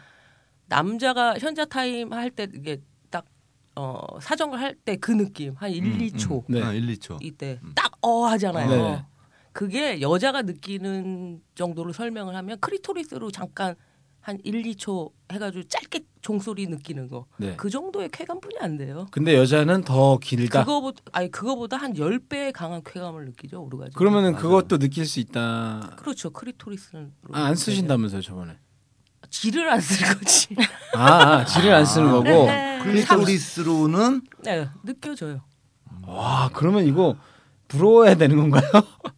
[SPEAKER 4] 남자가 현자 타임 할 때 이게 딱 어, 사정을 할 때 그 느낌 한 1,
[SPEAKER 2] 음,
[SPEAKER 4] 2초
[SPEAKER 1] 네.
[SPEAKER 2] 어, 1, 2초
[SPEAKER 4] 이때 딱 어 하잖아요.
[SPEAKER 1] 음. 네네.
[SPEAKER 4] 그게 여자가 느끼는 정도로 설명을 하면 크리토리스로 잠깐 한 1, 2초 해가지고 짧게 종소리 느끼는 거.
[SPEAKER 1] 네.
[SPEAKER 4] 그 정도의 쾌감뿐이 안 돼요.
[SPEAKER 1] 근데 여자는 더 길다.
[SPEAKER 4] 그거보다 아니 그거보다 한 10배의 강한 쾌감을 느끼죠, 오르가즘.
[SPEAKER 1] 그러면은
[SPEAKER 2] 맞아요.
[SPEAKER 1] 그것도 느낄 수 있다.
[SPEAKER 4] 그렇죠. 크리토리스는
[SPEAKER 1] 아, 안 쓰신다면서요
[SPEAKER 4] 네.
[SPEAKER 1] 저번에.
[SPEAKER 4] 질을 안 쓸 거지. *laughs*
[SPEAKER 1] 아, 아 지를 안 쓰는 거고.
[SPEAKER 3] 네.
[SPEAKER 2] 그러니까 클리토리스로는
[SPEAKER 4] 네, 느껴져요.
[SPEAKER 1] 와 그러면 이거 부러워해야 되는 건가요?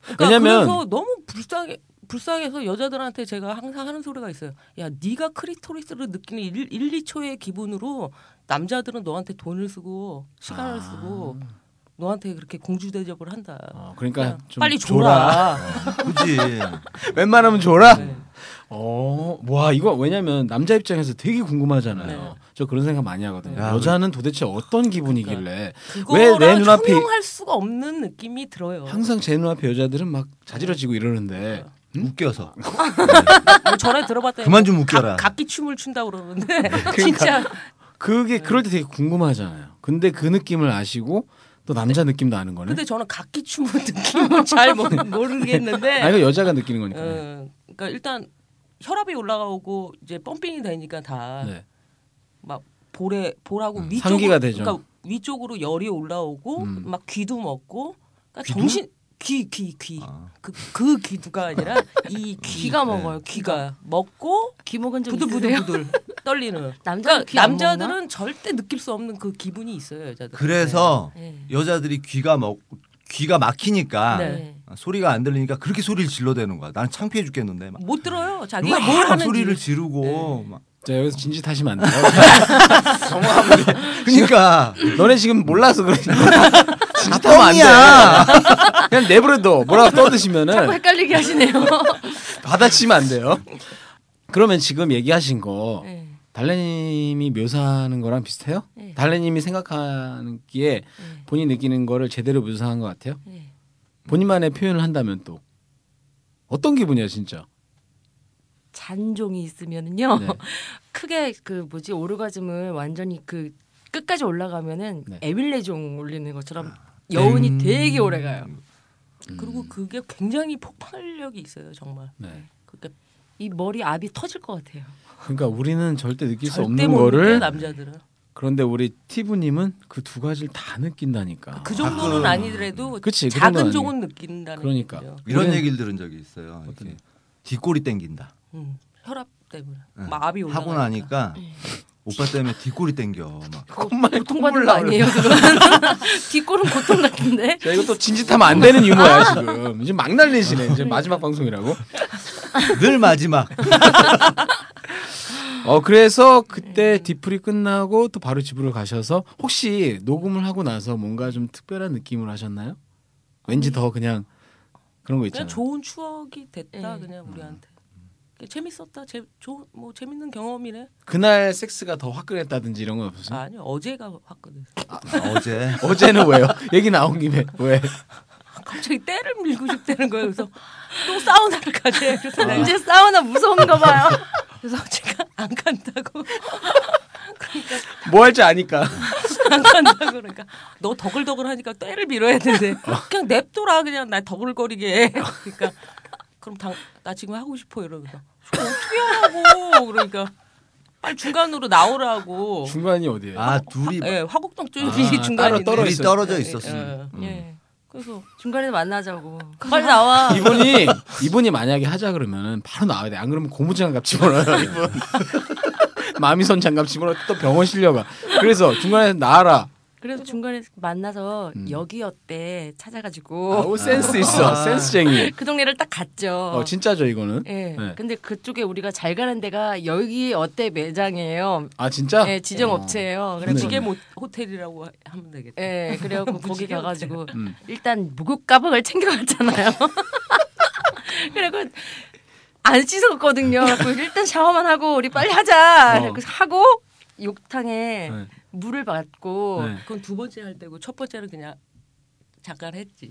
[SPEAKER 4] 그러니까
[SPEAKER 1] 왜냐면
[SPEAKER 4] 그래서 너무 불쌍해 불쌍해서 여자들한테 제가 항상 하는 소리가 있어요. 야, 네가 크리토리스를 느끼는 1, 1 2초의 기분으로 남자들은 너한테 돈을 쓰고 시간을
[SPEAKER 1] 아.
[SPEAKER 4] 쓰고 너한테 그렇게 공주 대접을 한다.
[SPEAKER 1] 어, 그러니까
[SPEAKER 4] 그냥
[SPEAKER 1] 좀
[SPEAKER 4] 네. 빨리
[SPEAKER 1] 줘라.
[SPEAKER 4] 줘라.
[SPEAKER 2] 어, 그지
[SPEAKER 1] *laughs* 웬만하면 줘라.
[SPEAKER 4] 네.
[SPEAKER 1] 어, 와 이거 왜냐면 남자 입장에서 되게
[SPEAKER 4] 네.
[SPEAKER 1] 궁금하잖아요. 저 그런 생각 많이 하거든요.
[SPEAKER 2] 야,
[SPEAKER 1] 여자는 도대체 어떤 기분이길래 왜 내
[SPEAKER 4] 그거랑
[SPEAKER 1] 눈앞이
[SPEAKER 4] 형용할 수가 없는 느낌이 들어요.
[SPEAKER 1] 항상 제 눈앞에 여자들은 막 자지러지고 이러는데
[SPEAKER 2] 웃겨서
[SPEAKER 4] 뭐 전에 들어봤더니
[SPEAKER 2] 그만 좀
[SPEAKER 4] 뭐
[SPEAKER 2] 웃겨라.
[SPEAKER 4] 각, 각기 춤을 춘다
[SPEAKER 1] 네.
[SPEAKER 4] *laughs*
[SPEAKER 1] 그러니까.
[SPEAKER 4] 그러는데 진짜
[SPEAKER 1] 그게 그럴 때 되게 궁금하잖아요. 근데 그 느낌을 아시고 또 남자 느낌도 아는 거네.
[SPEAKER 4] 근데 저는 각기 춤을 느낌을 잘 모르, 모르겠는데.
[SPEAKER 1] 아 이거 여자가 느끼는 거니까.
[SPEAKER 4] 어, 그러니까 일단 혈압이 올라가고 이제 펌핑이 되니까 다 막
[SPEAKER 1] 네.
[SPEAKER 4] 볼에 볼하고
[SPEAKER 1] 음,
[SPEAKER 4] 위쪽으로
[SPEAKER 1] 상기가 되죠.
[SPEAKER 4] 그러니까 위쪽으로 열이 올라오고
[SPEAKER 1] 음.
[SPEAKER 4] 막 귀도 먹고 그러니까
[SPEAKER 2] 귀도?
[SPEAKER 4] 정신 귀 귀 귀.
[SPEAKER 2] 아.
[SPEAKER 4] 그, 그 귀두가 아니라 이 귀가
[SPEAKER 3] 귀가 먹어요. 귀가
[SPEAKER 4] 귀가 먹고
[SPEAKER 3] 귀먹은 적 있으세요?
[SPEAKER 4] 부들부들 *laughs* 떨리는.
[SPEAKER 3] 남자
[SPEAKER 4] 그러니까 남자들은 절대 느낄 수 없는 그 기분이 있어요 여자들.
[SPEAKER 2] 그래서
[SPEAKER 3] 네.
[SPEAKER 2] 여자들이 귀가 먹 귀가 막히니까
[SPEAKER 3] 네.
[SPEAKER 2] 아, 소리가 안 들리니까 그렇게 소리를 질러대는 거야. 나는 창피해 죽겠는데 막
[SPEAKER 4] 못 들어요 자기가
[SPEAKER 2] 이걸
[SPEAKER 4] 뭘 하는지.
[SPEAKER 2] 소리를 지르고 막.
[SPEAKER 1] 자 여기서 진짓하시면 안 돼요. *laughs*
[SPEAKER 2] 그러니까
[SPEAKER 1] 너네 지금 몰라서 그래.
[SPEAKER 4] *laughs* 아,
[SPEAKER 1] 진짓하면 안 돼. 그냥 내버려둬. 뭐라고
[SPEAKER 4] *laughs*
[SPEAKER 3] 자꾸
[SPEAKER 1] 떠드시면은
[SPEAKER 3] 헷갈리게 하시네요.
[SPEAKER 1] 받아치면 안 돼요. 그러면 지금 얘기하신 거
[SPEAKER 3] *laughs* 네.
[SPEAKER 1] 달래님이 묘사하는 거랑 비슷해요?
[SPEAKER 3] 네.
[SPEAKER 1] 달래님이 생각하는 기에
[SPEAKER 3] 네.
[SPEAKER 1] 본인 느끼는 거를 제대로 묘사한 것 같아요.
[SPEAKER 3] 네.
[SPEAKER 1] 본인만의 표현을 한다면 또 어떤 기분이야
[SPEAKER 3] *laughs*
[SPEAKER 1] 진짜?
[SPEAKER 3] 잔종이 있으면은요
[SPEAKER 1] 네.
[SPEAKER 3] 크게 그 뭐지 오르가즘을 완전히 그 끝까지 올라가면은
[SPEAKER 1] 네.
[SPEAKER 3] 에밀레종 올리는 것처럼 여운이
[SPEAKER 2] 음.
[SPEAKER 3] 되게 오래가요.
[SPEAKER 4] 그리고 그게 굉장히 폭발력이 있어요 정말.
[SPEAKER 1] 네.
[SPEAKER 4] 그게
[SPEAKER 3] 이 머리 압이 터질 것 같아요.
[SPEAKER 1] 그러니까 우리는 절대 느낄 수
[SPEAKER 4] 절대
[SPEAKER 1] 없는
[SPEAKER 4] 못
[SPEAKER 1] 거를
[SPEAKER 4] 느껴요, 남자들은
[SPEAKER 1] 그런데 우리 티브님은 그 두 가지를 다 느낀다니까.
[SPEAKER 4] 그 정도는 아니더라도
[SPEAKER 1] 그치, 그
[SPEAKER 4] 작은
[SPEAKER 1] 정도는
[SPEAKER 4] 종은 느낀다는
[SPEAKER 1] 그러니까.
[SPEAKER 4] 거죠.
[SPEAKER 2] 이런
[SPEAKER 1] 우리는-
[SPEAKER 2] 얘기를 들은 적이 있어요. 이렇게
[SPEAKER 1] 어떤-
[SPEAKER 2] 뒷골이 땡긴다.
[SPEAKER 4] 음, 혈압 때문에
[SPEAKER 2] 응.
[SPEAKER 4] 막 압이 올라
[SPEAKER 2] 하고 나니까 오빠 때문에 뒷골이 땡겨. 막
[SPEAKER 3] 고통받은 거 아니에요? 그거 *laughs* 뒷골은 고통 같은데.
[SPEAKER 1] 자 이거 또 진짓하면 안
[SPEAKER 3] *laughs*
[SPEAKER 1] 되는 유머야 지금. 이제 막 날리시네. 이제 마지막 방송이라고.
[SPEAKER 2] 늘 마지막. 아,
[SPEAKER 1] 어 그래서 그때 디플이 끝나고 또 바로 집으로 가셔서 혹시 녹음을 하고 나서 뭔가 좀 특별한 느낌을 하셨나요? 왠지 더 그냥 그런 거
[SPEAKER 4] 그냥
[SPEAKER 1] 있잖아요. 음.
[SPEAKER 4] 좋은 추억이 됐다
[SPEAKER 3] 네.
[SPEAKER 4] 그냥 우리한테 그냥 재밌었다 재, 좋은 뭐 재밌는 경험이네
[SPEAKER 1] 그날 섹스가 더 화끈했다든지 이런 건 없었어요?
[SPEAKER 4] 아, 아니요 어제가 왔거든
[SPEAKER 2] 아, 어제
[SPEAKER 1] 어제는 왜요? *laughs* 얘기 나온 김에 왜?
[SPEAKER 4] 갑자기 때를 밀고 싶다는 거예요 그래서 또 사우나를 가재 그래서 내가
[SPEAKER 3] 이제 사우나 무서운가 봐요.
[SPEAKER 4] 그래서 제가 안 간다고 *laughs*
[SPEAKER 1] 뭐 할지 아니까.
[SPEAKER 4] 안 간다고 그러니까 너 더글더글 하니까 때를 밀어야 되는데 그냥 냅둬라 그냥 나 더글거리게 그러니까 그럼 당, 나 지금 하고 싶어 이러면서 그럼 어떻게 하라고 그러니까 빨리 중간으로 나오라고
[SPEAKER 1] 중간이 어디예요?
[SPEAKER 2] 아 둘이
[SPEAKER 4] 예 화곡동 쪽이
[SPEAKER 1] 아, 따로
[SPEAKER 4] 중간인데
[SPEAKER 1] 떨어
[SPEAKER 2] 둘이
[SPEAKER 1] 있었-
[SPEAKER 2] 떨어져
[SPEAKER 4] 예, 예.
[SPEAKER 2] 있었어.
[SPEAKER 1] 음.
[SPEAKER 3] 예.
[SPEAKER 4] 그래서
[SPEAKER 3] *laughs* 중간에 만나자고. 빨리 나와.
[SPEAKER 1] 이분이 이분이 만약에 하자 그러면은 바로 나와야 돼. 안 그러면 고무장갑 집어넣어요. 이분. *laughs* 마미손 장갑 집어넣어 또 병원 실려가. 그래서 중간에 나와라.
[SPEAKER 3] 그래서 중간에 만나서
[SPEAKER 1] 음.
[SPEAKER 3] 여기였대 찾아가지고
[SPEAKER 1] 오 센스 있어.
[SPEAKER 2] 아.
[SPEAKER 1] 센스쟁이.
[SPEAKER 3] *laughs* 그 동네를 딱 갔죠.
[SPEAKER 1] 어 진짜죠 이거는.
[SPEAKER 3] 예.
[SPEAKER 1] 네.
[SPEAKER 3] 근데 그쪽에 우리가 잘 가는 데가 여기 어때 매장이에요.
[SPEAKER 1] 아 진짜?
[SPEAKER 3] 예, 지정 업체예요. 그래서
[SPEAKER 1] 네.
[SPEAKER 4] 지게 모, 호텔이라고 하- 하면
[SPEAKER 1] *laughs*
[SPEAKER 4] 되겠다
[SPEAKER 3] 예, 그래갖고 거기
[SPEAKER 4] 무지개
[SPEAKER 3] 가가지고
[SPEAKER 1] 음.
[SPEAKER 3] 일단 목욕 가방을 챙겨갔잖아요. *laughs* 그리고 안 씻었거든요. 그래서 일단 샤워만 하고 우리 빨리 하자.
[SPEAKER 1] 어.
[SPEAKER 3] 그래서 하고 욕탕에
[SPEAKER 1] 네.
[SPEAKER 3] 물을 받고
[SPEAKER 1] 네.
[SPEAKER 4] 그건 두 번째 할 때고 첫 번째는 그냥 잠깐 했지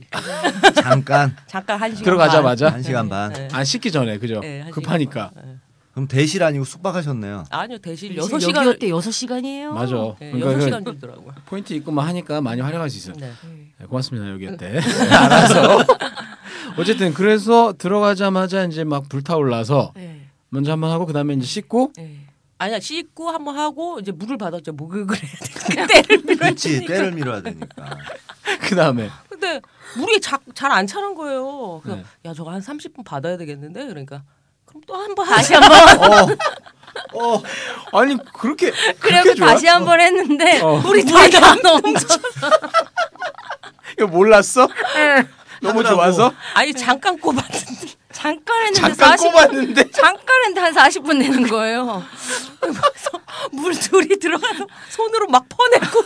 [SPEAKER 2] 잠깐
[SPEAKER 4] 잠깐 한 시간
[SPEAKER 1] 아, 들어가자마자
[SPEAKER 2] 한 시간 반.
[SPEAKER 4] 네.
[SPEAKER 1] 안 씻기 전에 그죠?
[SPEAKER 4] 예, 한 시간
[SPEAKER 1] 급하니까.
[SPEAKER 4] 반. 예.
[SPEAKER 2] 그럼 대실 아니고 숙박하셨네요.
[SPEAKER 4] 아니요 대신
[SPEAKER 3] 여섯
[SPEAKER 4] 여섯
[SPEAKER 3] 시간
[SPEAKER 4] 시간
[SPEAKER 3] 여기 때 여섯 시간이에요.
[SPEAKER 1] 맞아.
[SPEAKER 4] 네,
[SPEAKER 1] 그러니까
[SPEAKER 4] 여섯
[SPEAKER 1] 그
[SPEAKER 4] 시간 주더라고요.
[SPEAKER 1] 포인트 입고만 하니까 많이 활용할 수 있어요.
[SPEAKER 4] 네.
[SPEAKER 1] 네, 고맙습니다 여기 어때? 알아서. *laughs* 어쨌든 그래서 들어가자마자 이제 막 불타올라서
[SPEAKER 3] 네.
[SPEAKER 1] 먼저 한번 하고 그다음에 이제 씻고 *laughs*
[SPEAKER 3] 네.
[SPEAKER 4] 예. 아니야 씻고 한번 하고 이제 물을 받았죠.
[SPEAKER 3] *laughs*
[SPEAKER 4] 목욕을 해야 돼. 그때를
[SPEAKER 2] 그렇지
[SPEAKER 4] 밀었지.
[SPEAKER 2] 때를 밀어야 되니까.
[SPEAKER 1] 그다음에
[SPEAKER 4] 근데 물이 잘안 차는 거예요. 그래서
[SPEAKER 1] 네.
[SPEAKER 4] 야 저거 한 30분 받아야 되겠는데 그러니까 그럼 또 한번 다시
[SPEAKER 1] 어. 어. 아니 그렇게 그렇게
[SPEAKER 3] 그리고
[SPEAKER 1] 좋아?
[SPEAKER 3] 다시 한 번 했는데 *laughs*
[SPEAKER 1] 어.
[SPEAKER 3] 물이 다 넘쳐.
[SPEAKER 1] 이거 몰랐어?
[SPEAKER 3] 네.
[SPEAKER 1] 너무
[SPEAKER 2] 하느라고.
[SPEAKER 1] 좋아서
[SPEAKER 4] *laughs* 아니 잠깐 꼽았는데
[SPEAKER 3] *laughs* 잠깐 했는데
[SPEAKER 1] 잠깐
[SPEAKER 3] 40분 *laughs*
[SPEAKER 1] 꼽았는데
[SPEAKER 3] 잠깐 했는데 한 40분 내는
[SPEAKER 1] *laughs*
[SPEAKER 3] 거예요.
[SPEAKER 4] 그래서 물 둘이 들어가서 손으로 막 퍼내고 *laughs*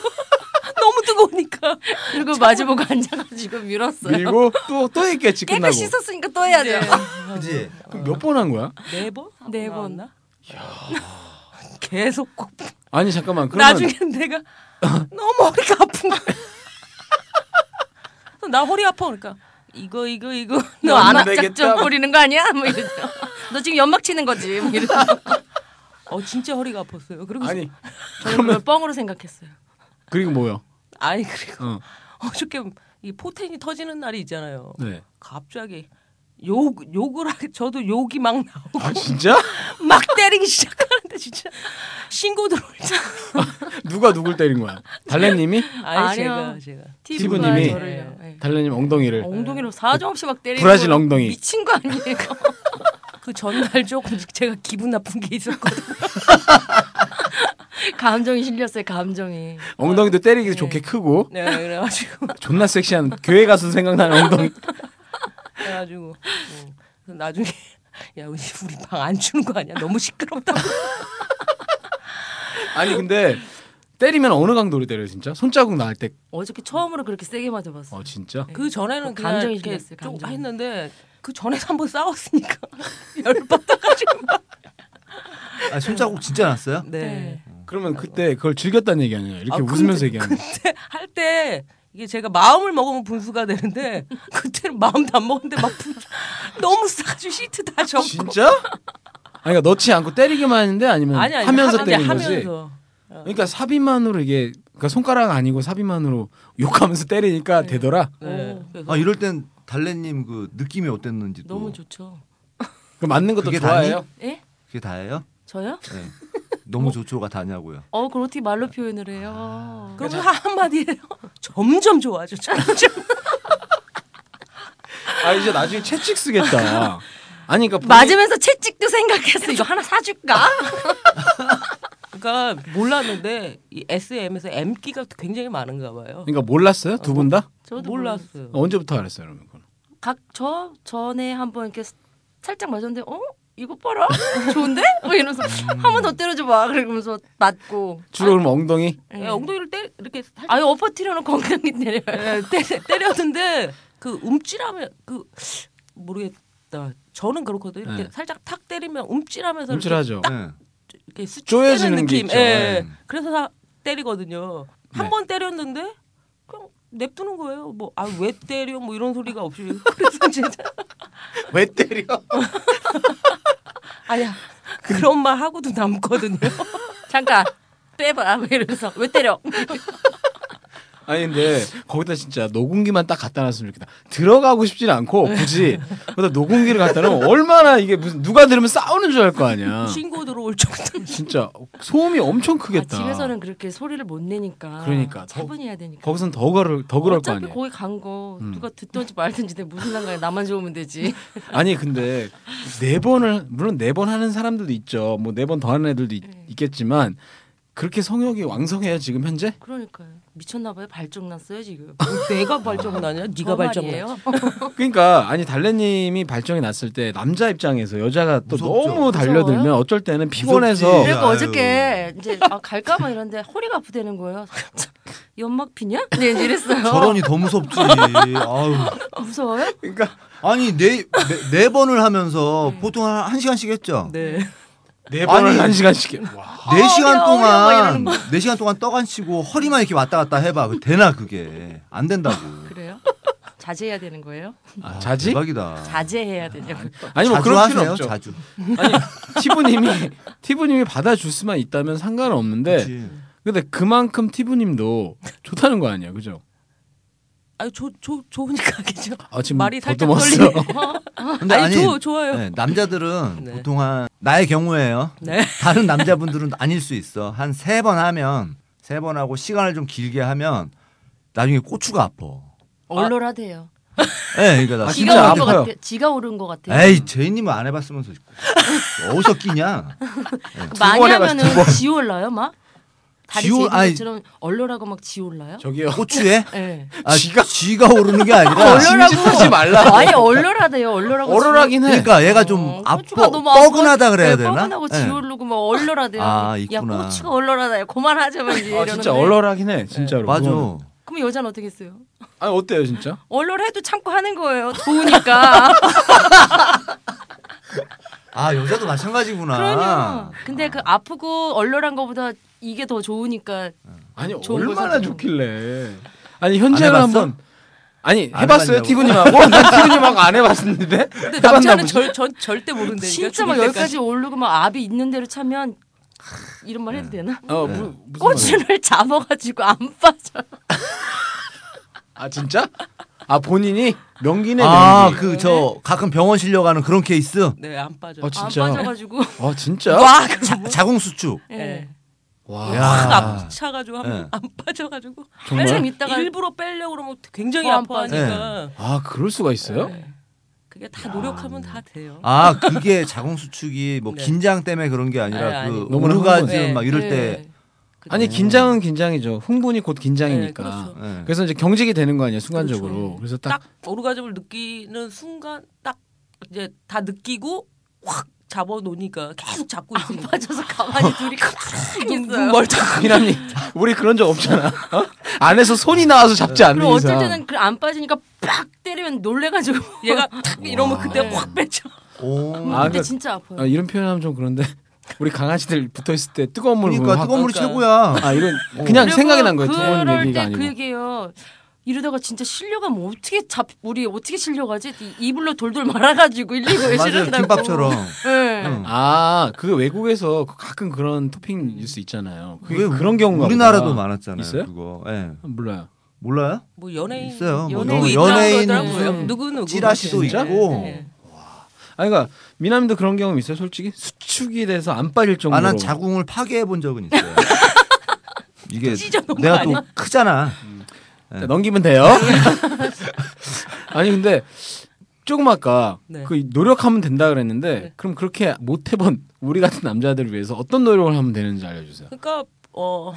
[SPEAKER 4] 너무
[SPEAKER 3] *laughs*
[SPEAKER 4] 뜨거우니까
[SPEAKER 3] 그리고 마주보고 앉아가지고 밀었어요. 네.
[SPEAKER 1] 밀고 또 또 했겠지
[SPEAKER 3] 깨끗
[SPEAKER 1] 끝나고
[SPEAKER 3] 씻었으니까 또 해야 돼요.
[SPEAKER 2] 그지?
[SPEAKER 1] 그럼 몇 번 한 거야?
[SPEAKER 3] 네
[SPEAKER 4] 네번네
[SPEAKER 3] 번.
[SPEAKER 4] 나 계속 꼽.
[SPEAKER 1] 아니 잠깐만 그러면
[SPEAKER 4] 나중에 내가
[SPEAKER 1] *laughs*
[SPEAKER 4] 너무 허리가 아픈 거야. *laughs* 나 허리 아파 그러니까 이거 이거 이거
[SPEAKER 3] 너
[SPEAKER 1] 안 되겠다.
[SPEAKER 3] 안압작정 부리는 거 아니야? 뭐 이러죠. 너 지금 연막 치는 거지. 뭐 이러죠.
[SPEAKER 4] 어 진짜 허리가 아팠어요. 그리고
[SPEAKER 1] 아니
[SPEAKER 3] 저는 그걸 뻥으로 생각했어요.
[SPEAKER 1] 그리고 뭐요?
[SPEAKER 4] 아니 그리고
[SPEAKER 1] 어.
[SPEAKER 4] *laughs* 어저께 이 포텐이 터지는 날이 있잖아요.
[SPEAKER 1] 네.
[SPEAKER 4] 갑자기 욕 욕을 하, 저도 욕이 막 나오고 *laughs*
[SPEAKER 1] 아 진짜?
[SPEAKER 4] 막 때리기 시작하는데 진짜 신고 들어올 줄
[SPEAKER 1] *laughs* 누가 누굴 때린 거야? 달래님이?
[SPEAKER 4] 아니
[SPEAKER 3] 아니요.
[SPEAKER 4] 제가 제가
[SPEAKER 1] 티브님이
[SPEAKER 3] 티브님이 저를요. 예.
[SPEAKER 1] 달래님 엉덩이를.
[SPEAKER 3] 엉덩이로 사정없이 막 때리고
[SPEAKER 1] 브라질 엉덩이.
[SPEAKER 3] 미친 거 아니에요? *laughs*
[SPEAKER 4] 그 전날 조금 *laughs* 제가 기분 나쁜 게 있었거든요.
[SPEAKER 3] 감정이 실렸어요. 감정이.
[SPEAKER 1] 엉덩이도 때리기 좋게 크고
[SPEAKER 4] *laughs* 네, 그래가지고
[SPEAKER 1] 존나 섹시한 교회 가서 생각나는 엉덩이.
[SPEAKER 4] 그래가지고 음, 그래서 나중에 야 우리 우리 방 안 주는 거 아니야? 너무 시끄럽다고.
[SPEAKER 1] 아니 근데 때리면 어느 강도로 때려 진짜? 손자국 나갈 때.
[SPEAKER 3] 어저께 처음으로 그렇게 세게 맞아봤어.
[SPEAKER 1] 어 진짜?
[SPEAKER 4] 그 전에는 그냥
[SPEAKER 3] 감정이
[SPEAKER 4] 이렇게
[SPEAKER 3] 생겼어요,
[SPEAKER 4] 조금
[SPEAKER 3] 감정이.
[SPEAKER 4] 했는데 그 전에서 한번 싸웠으니까 *laughs* 열받아가지고.
[SPEAKER 2] 아, 손자국 진짜 났어요?
[SPEAKER 4] 네.
[SPEAKER 1] 그러면 그때 그걸 즐겼다는 얘기 아니에요? 이렇게
[SPEAKER 4] 아, 근데-
[SPEAKER 1] 웃으면서 얘기하는. 거.
[SPEAKER 4] 그때 할 때 이게 제가 마음을 먹으면 분수가 되는데 그때는 마음도 안 먹는데 막 분수, 너무 싸가지고 시트 다
[SPEAKER 1] 아,
[SPEAKER 4] 접고
[SPEAKER 1] 진짜? 아니 그러니까 넣지 않고 때리기만 했는데 아니면
[SPEAKER 4] 아니 아니
[SPEAKER 1] 하면서
[SPEAKER 4] 하- 이제
[SPEAKER 1] 때린 거지.
[SPEAKER 4] 하면서
[SPEAKER 1] 그러니까 삽입만으로 이게 그러니까 손가락 아니고 삽입만으로 욕하면서 때리니까 되더라.
[SPEAKER 4] 네.
[SPEAKER 3] 어,
[SPEAKER 2] 아, 이럴 땐 달래님 그 느낌이 어땠는지 또.
[SPEAKER 3] 너무 좋죠.
[SPEAKER 1] 그 맞는 것도
[SPEAKER 2] 그게
[SPEAKER 1] 좋아해요?
[SPEAKER 2] 다니?
[SPEAKER 3] 예?
[SPEAKER 2] 그게 다예요?
[SPEAKER 3] 저요?
[SPEAKER 2] 네. 너무
[SPEAKER 1] 뭐?
[SPEAKER 2] 좋죠가 다냐고요.
[SPEAKER 3] 어, 그걸 어떻게 말로 표현을 해요?
[SPEAKER 4] 그러면
[SPEAKER 1] 그러니까
[SPEAKER 4] 한마디예요. *laughs* 점점 좋아져. 점점.
[SPEAKER 1] 아 이제 나중에 채찍 쓰겠다. 아니 그러니까 본인-
[SPEAKER 3] 맞으면서 채찍도 생각했어. 이거 하나 사줄까?
[SPEAKER 4] 그러니까 몰랐는데 이 SM에서 M기가 굉장히 많은가 봐요.
[SPEAKER 1] 그러니까 몰랐어요 두 분 다?
[SPEAKER 3] 저도 몰랐어.
[SPEAKER 4] 몰랐어요.
[SPEAKER 1] 언제부터 알았어요 그러면? 그건?
[SPEAKER 3] 각 저 전에 한번 이렇게 살짝 맞았는데 어 이거 봐라 *laughs* 좋은데? 뭐 이러면서
[SPEAKER 1] 음.
[SPEAKER 3] 한 번 더 때려줘 봐. 그러면서 맞고
[SPEAKER 1] 주로 그럼 엉덩이?
[SPEAKER 3] 예.
[SPEAKER 4] 예, 엉덩이를 때 이렇게 살짝
[SPEAKER 3] 아유 엎어뜨려놓고 엉덩이 때려요.
[SPEAKER 1] 네,
[SPEAKER 4] 예, 때, 때렸는데 그 움찔하면 그 모르겠다. 저는 그렇거든요. 이렇게
[SPEAKER 1] 네.
[SPEAKER 4] 살짝 탁 때리면 움찔하면서 이렇게
[SPEAKER 1] 움찔하죠.
[SPEAKER 2] 네.
[SPEAKER 4] 이렇게 스치
[SPEAKER 1] 쪼여지는
[SPEAKER 4] 때리는
[SPEAKER 1] 게
[SPEAKER 4] 느낌.
[SPEAKER 1] 있죠.
[SPEAKER 4] 예.
[SPEAKER 2] 예.
[SPEAKER 4] 그래서 다 때리거든요. 한
[SPEAKER 1] 네.
[SPEAKER 4] 번 때렸는데 그냥 냅두는 거예요. 뭐 아 왜 때려 뭐 이런 소리가
[SPEAKER 1] *laughs*
[SPEAKER 4] 없이 그래서 진짜
[SPEAKER 1] 왜 때려?
[SPEAKER 4] *laughs* 아니야 그런 말 하고도 남거든요.
[SPEAKER 3] 잠깐 빼봐. 막 이러면서 왜 때려?
[SPEAKER 1] 아니 근데 거기다 진짜 녹음기만 딱 갖다 놨으면 좋겠다. 들어가고 싶진 않고 굳이 거기다 녹음기를 갖다 놓으면 얼마나 이게 무슨 누가 들으면 싸우는 줄 알 거 아니야.
[SPEAKER 4] *laughs* 신고 들어올 정도.
[SPEAKER 1] 진짜 소음이 엄청
[SPEAKER 3] 아,
[SPEAKER 1] 크겠다.
[SPEAKER 3] 집에서는 그렇게 소리를 못 내니까
[SPEAKER 1] 그러니까, 더-
[SPEAKER 3] 차분히 해야 되니까.
[SPEAKER 1] 거기선 더 그럴 더 그럴 거
[SPEAKER 3] 어차피
[SPEAKER 1] 아니야.
[SPEAKER 3] 거기 간 거
[SPEAKER 1] 음.
[SPEAKER 3] 누가 듣든지 말든지 내 무슨 상관이야 나만 좋으면 되지
[SPEAKER 1] 아니 근데 네 번을 물론 네 번 하는 사람들도 있죠. 뭐 네 번 더 하는 애들도 있, 있겠지만 그렇게 성욕이 왕성해요 지금 현재?
[SPEAKER 3] 그러니까요 미쳤나 봐요 발정 났어요 지금
[SPEAKER 4] 내가 발정나냐? 네가
[SPEAKER 3] 저
[SPEAKER 4] 발정나?
[SPEAKER 3] 말이에요?
[SPEAKER 1] 그러니까 아니 달래님이 발정이 났을 때 남자 입장에서 여자가 또
[SPEAKER 2] 무섭죠.
[SPEAKER 1] 너무 달려들면 어쩔 때는 피곤해서
[SPEAKER 2] 무섭지.
[SPEAKER 3] 그래서
[SPEAKER 2] 아유.
[SPEAKER 3] 어저께 이제 아, 갈까 막 이런데 허리가 아프다는 거예요 *laughs* 연막 피냐? 네 이랬어요 어,
[SPEAKER 2] 저런이 더 무섭지. 아유.
[SPEAKER 3] 무서워요?
[SPEAKER 1] 그러니까
[SPEAKER 2] 아니 네, 네, 네 번을 하면서
[SPEAKER 1] 음.
[SPEAKER 2] 보통 한, 한 시간씩 했죠. 네.
[SPEAKER 4] 네.
[SPEAKER 1] 네 번을
[SPEAKER 2] 아니.
[SPEAKER 1] 한 시간씩. 해.
[SPEAKER 2] 뭐,
[SPEAKER 1] 와.
[SPEAKER 2] 시간
[SPEAKER 3] 어려워, 어려워,
[SPEAKER 2] 동안 네 시간 동안 떡안 치고 허리만 이렇게 왔다 갔다 해봐. 그 되나 그게 안 된다고.
[SPEAKER 3] 그래요? 자제해야 되는 거예요?
[SPEAKER 2] 아,
[SPEAKER 1] 자지?
[SPEAKER 2] 대박이다.
[SPEAKER 3] 자제해야 되냐고
[SPEAKER 1] 아니 뭐
[SPEAKER 2] 자주
[SPEAKER 1] 그런 필요
[SPEAKER 2] 하세요,
[SPEAKER 1] 없죠.
[SPEAKER 2] 자주.
[SPEAKER 1] 아니 티브님이 티브님이 받아줄 수만 있다면 상관은 없는데
[SPEAKER 2] 그치.
[SPEAKER 1] 근데 그만큼 티브님도 좋다는 거 아니야, 그죠?
[SPEAKER 4] 아니 좋좋 좋으니까 *laughs* 하겠죠.
[SPEAKER 1] 아 지금
[SPEAKER 4] 말이 살짝
[SPEAKER 1] 더듬었어. *laughs*
[SPEAKER 2] 근데
[SPEAKER 4] 아니,
[SPEAKER 2] 아니,
[SPEAKER 4] 좋- 좋아요.
[SPEAKER 2] 네, 남자들은
[SPEAKER 3] *laughs*
[SPEAKER 4] 네.
[SPEAKER 2] 보통 한 나의 경우에요.
[SPEAKER 4] 네.
[SPEAKER 2] *laughs* 다른 남자분들은 아닐 수 있어. 한 세 번 하면 세 번 하고 시간을 좀 길게 하면 나중에 고추가 아파.
[SPEAKER 3] 얼얼하대요
[SPEAKER 2] 예, 그러니까 나
[SPEAKER 1] 아, 진짜
[SPEAKER 3] 지가
[SPEAKER 2] 진짜
[SPEAKER 1] 아파.
[SPEAKER 3] 오른 것
[SPEAKER 1] 아파요.
[SPEAKER 3] 같아 지가 오른 것 같아요
[SPEAKER 2] 에이, 제이님은 안 해봤으면서
[SPEAKER 1] *laughs*
[SPEAKER 2] 어디서 끼냐?
[SPEAKER 3] 많이
[SPEAKER 1] 번 해봤어,
[SPEAKER 3] 하면은
[SPEAKER 1] 두 번.
[SPEAKER 3] 지올라요 막? 다리
[SPEAKER 2] 지올- 아니-
[SPEAKER 3] 제비처럼 얼얼하고 막 지올라요?
[SPEAKER 1] 저기요.
[SPEAKER 2] 고추에?
[SPEAKER 4] 예.
[SPEAKER 3] 네.
[SPEAKER 2] 아,
[SPEAKER 1] 쥐가-
[SPEAKER 2] 쥐가 오르는 게 아니라 네.
[SPEAKER 1] 심짓하지 말라.
[SPEAKER 3] 아예 얼얼하대요. 얼얼하고
[SPEAKER 1] 얼얼하긴 해.
[SPEAKER 2] 그러니까 얘가
[SPEAKER 3] 어,
[SPEAKER 2] 좀 아,
[SPEAKER 3] 고추가
[SPEAKER 2] 뻐,
[SPEAKER 3] 너무 아파.
[SPEAKER 2] 뻐근하다 그래야
[SPEAKER 3] 네,
[SPEAKER 2] 되나?
[SPEAKER 3] 뻐근하고
[SPEAKER 2] 예.
[SPEAKER 3] 지오르고 막 얼얼하대요.
[SPEAKER 2] 아,
[SPEAKER 3] 야
[SPEAKER 2] 있구나.
[SPEAKER 3] 고추가 얼얼하다. 야 그만하자 막 이제
[SPEAKER 1] 아,
[SPEAKER 3] 이러는데.
[SPEAKER 1] 진짜 얼얼하긴 해, 진짜로.
[SPEAKER 2] 맞아.
[SPEAKER 1] 그거는.
[SPEAKER 3] 그럼 여자는 어떻게 했어요?
[SPEAKER 1] 아니 어때요, 진짜?
[SPEAKER 3] 얼얼해도 참고 하는 거예요. 좋으니까.
[SPEAKER 2] 아, 여자도 마찬가지구나.
[SPEAKER 3] 그러냐. 근데 그 아프고 얼얼한 거보다 이게 더 좋으니까
[SPEAKER 1] 아니
[SPEAKER 3] 좋은
[SPEAKER 1] 얼마나
[SPEAKER 3] 거잖아.
[SPEAKER 1] 좋길래? 아니 현재를
[SPEAKER 2] 안 해봤어?
[SPEAKER 1] 한번 아니
[SPEAKER 2] 안
[SPEAKER 1] 해봤어요
[SPEAKER 2] 해봤냐고.
[SPEAKER 1] 티브님하고 난 티브님하고 안 해봤는데
[SPEAKER 4] 근데
[SPEAKER 1] 해봤나
[SPEAKER 4] 남자는
[SPEAKER 1] 보지? 아,
[SPEAKER 4] 절, 전 절대 모른다니까.
[SPEAKER 3] 진짜 막
[SPEAKER 4] 그러니까 죽을
[SPEAKER 3] 여기까지 오르고 막 압이 있는 대로 차면 하, 이런 말 해도 되나? *laughs*
[SPEAKER 1] 어 무, 무슨 말이야?
[SPEAKER 3] 꼬추를 잡아가지고 안 빠져.
[SPEAKER 1] 아 진짜? 아 본인이 명기네 명기.
[SPEAKER 2] 아그 저 가끔 병원 실려가는 그런 케이스
[SPEAKER 4] 네 안 빠져.
[SPEAKER 1] 어,
[SPEAKER 4] 요
[SPEAKER 1] 진짜?
[SPEAKER 3] 안 빠져가지고
[SPEAKER 1] 아 진짜?
[SPEAKER 4] 와,
[SPEAKER 2] 자궁수축.
[SPEAKER 3] 예.
[SPEAKER 1] 와.
[SPEAKER 2] 야.
[SPEAKER 4] 확 차가지고
[SPEAKER 2] 네.
[SPEAKER 1] 예.
[SPEAKER 4] 안 빠져가지고
[SPEAKER 3] 한참
[SPEAKER 1] 정말?
[SPEAKER 3] 있다가 네.
[SPEAKER 4] 일부러 빼려고 그러면 굉장히
[SPEAKER 3] 더 안
[SPEAKER 4] 아파하니까
[SPEAKER 1] 아 그럴 수가 있어요?
[SPEAKER 4] 그게 다 노력하면 다 돼요.
[SPEAKER 2] 아 그게 자궁수축이 뭐
[SPEAKER 4] 네.
[SPEAKER 2] 긴장 때문에 그런 게
[SPEAKER 4] 아니,
[SPEAKER 2] 아니라
[SPEAKER 4] 아니.
[SPEAKER 2] 그
[SPEAKER 1] 너무나
[SPEAKER 2] 오르가즘
[SPEAKER 4] 네.
[SPEAKER 1] 흥분.
[SPEAKER 2] 막 이럴 때.
[SPEAKER 3] 예.
[SPEAKER 1] 아니 긴장은 긴장이죠. 흥분이 곧 긴장이니까.
[SPEAKER 4] 네, 그렇죠.
[SPEAKER 2] 예.
[SPEAKER 1] 그래서 이제 경직이 되는 거 아니야 순간적으로.
[SPEAKER 4] 그렇죠.
[SPEAKER 1] 그래서 딱,
[SPEAKER 4] 딱 오르가즘을 느끼는 순간 딱 이제 다 느끼고 확 잡아 놓으니까 계속 잡고 있으니까
[SPEAKER 3] 빠져서 가만히 둘이 가만히 있어요.
[SPEAKER 1] 멀쩡 미남이 우리 그런 적 없잖아. 어? 안에서 손이 나와서 잡지 않는
[SPEAKER 3] 그리고
[SPEAKER 1] 이상.
[SPEAKER 3] 어쩔 때는 그 안 빠지니까 팍 때리면 놀래가지고 *laughs*
[SPEAKER 4] 얘가 탁 이러면 그때
[SPEAKER 3] 네.
[SPEAKER 4] 확 빼죠.
[SPEAKER 2] 오.
[SPEAKER 1] 아,
[SPEAKER 3] 근데
[SPEAKER 1] 그러니까-
[SPEAKER 3] 진짜 아파요.
[SPEAKER 1] 아, 이런 표현하면 좀 그런데 *laughs* 우리 강아지들 붙어 있을 때 뜨거운 물 부으면
[SPEAKER 2] 그러니까 뜨거운 물이 어.
[SPEAKER 4] 그러니까.
[SPEAKER 2] 최고야.
[SPEAKER 1] 확- 아 이건 그냥
[SPEAKER 3] 그리고
[SPEAKER 1] 생각이 난 거예요. 두 번
[SPEAKER 3] 그럴
[SPEAKER 1] 얘기가
[SPEAKER 3] 때
[SPEAKER 1] 아니고.
[SPEAKER 3] 그 얘기예요. 이러다가 진짜 실려가면 어떻게 잡 우리 어떻게 실려가지? 이- 이불로 돌돌 말아가지고 119에
[SPEAKER 2] 맞아요.
[SPEAKER 4] 뭐.
[SPEAKER 3] 실려가고.
[SPEAKER 2] 김밥처럼.
[SPEAKER 3] 예.
[SPEAKER 2] 응.
[SPEAKER 1] 아, 그 외국에서 그 가끔 그런 토핑일 수 있잖아요. 그게
[SPEAKER 2] 그게
[SPEAKER 1] 그런 경우가
[SPEAKER 2] 우리나라도
[SPEAKER 1] 보다.
[SPEAKER 2] 많았잖아요.
[SPEAKER 1] 있어요?
[SPEAKER 2] 그거. 예.
[SPEAKER 1] 몰라요.
[SPEAKER 2] 몰라요?
[SPEAKER 4] 뭐 연예인
[SPEAKER 2] 있어요. 뭐
[SPEAKER 4] 연예인
[SPEAKER 3] 너무
[SPEAKER 2] 연예인
[SPEAKER 3] 음.
[SPEAKER 1] 무슨
[SPEAKER 4] 누구 네. 누구
[SPEAKER 2] 찌라시도 있고.
[SPEAKER 1] 아, 그러니까 미남도 그런 경험 있어요, 솔직히 수축이 돼서 안 빠질 정도로.
[SPEAKER 2] 아, 난 자궁을 파괴해 본 적은
[SPEAKER 4] *laughs*
[SPEAKER 2] 있어요. 이게
[SPEAKER 4] 찢어놓은 거
[SPEAKER 2] 내가 또 크잖아. 네.
[SPEAKER 1] 자, 네, 넘기면
[SPEAKER 2] *laughs*
[SPEAKER 1] 돼요. 아니 근데 조금 아까
[SPEAKER 4] 네.
[SPEAKER 1] 그 노력하면 된다 그랬는데
[SPEAKER 3] 네.
[SPEAKER 1] 그럼 그렇게 못 해본 우리 같은 남자들을 위해서 어떤 노력을 하면 되는지 알려주세요.
[SPEAKER 4] 그러니까 어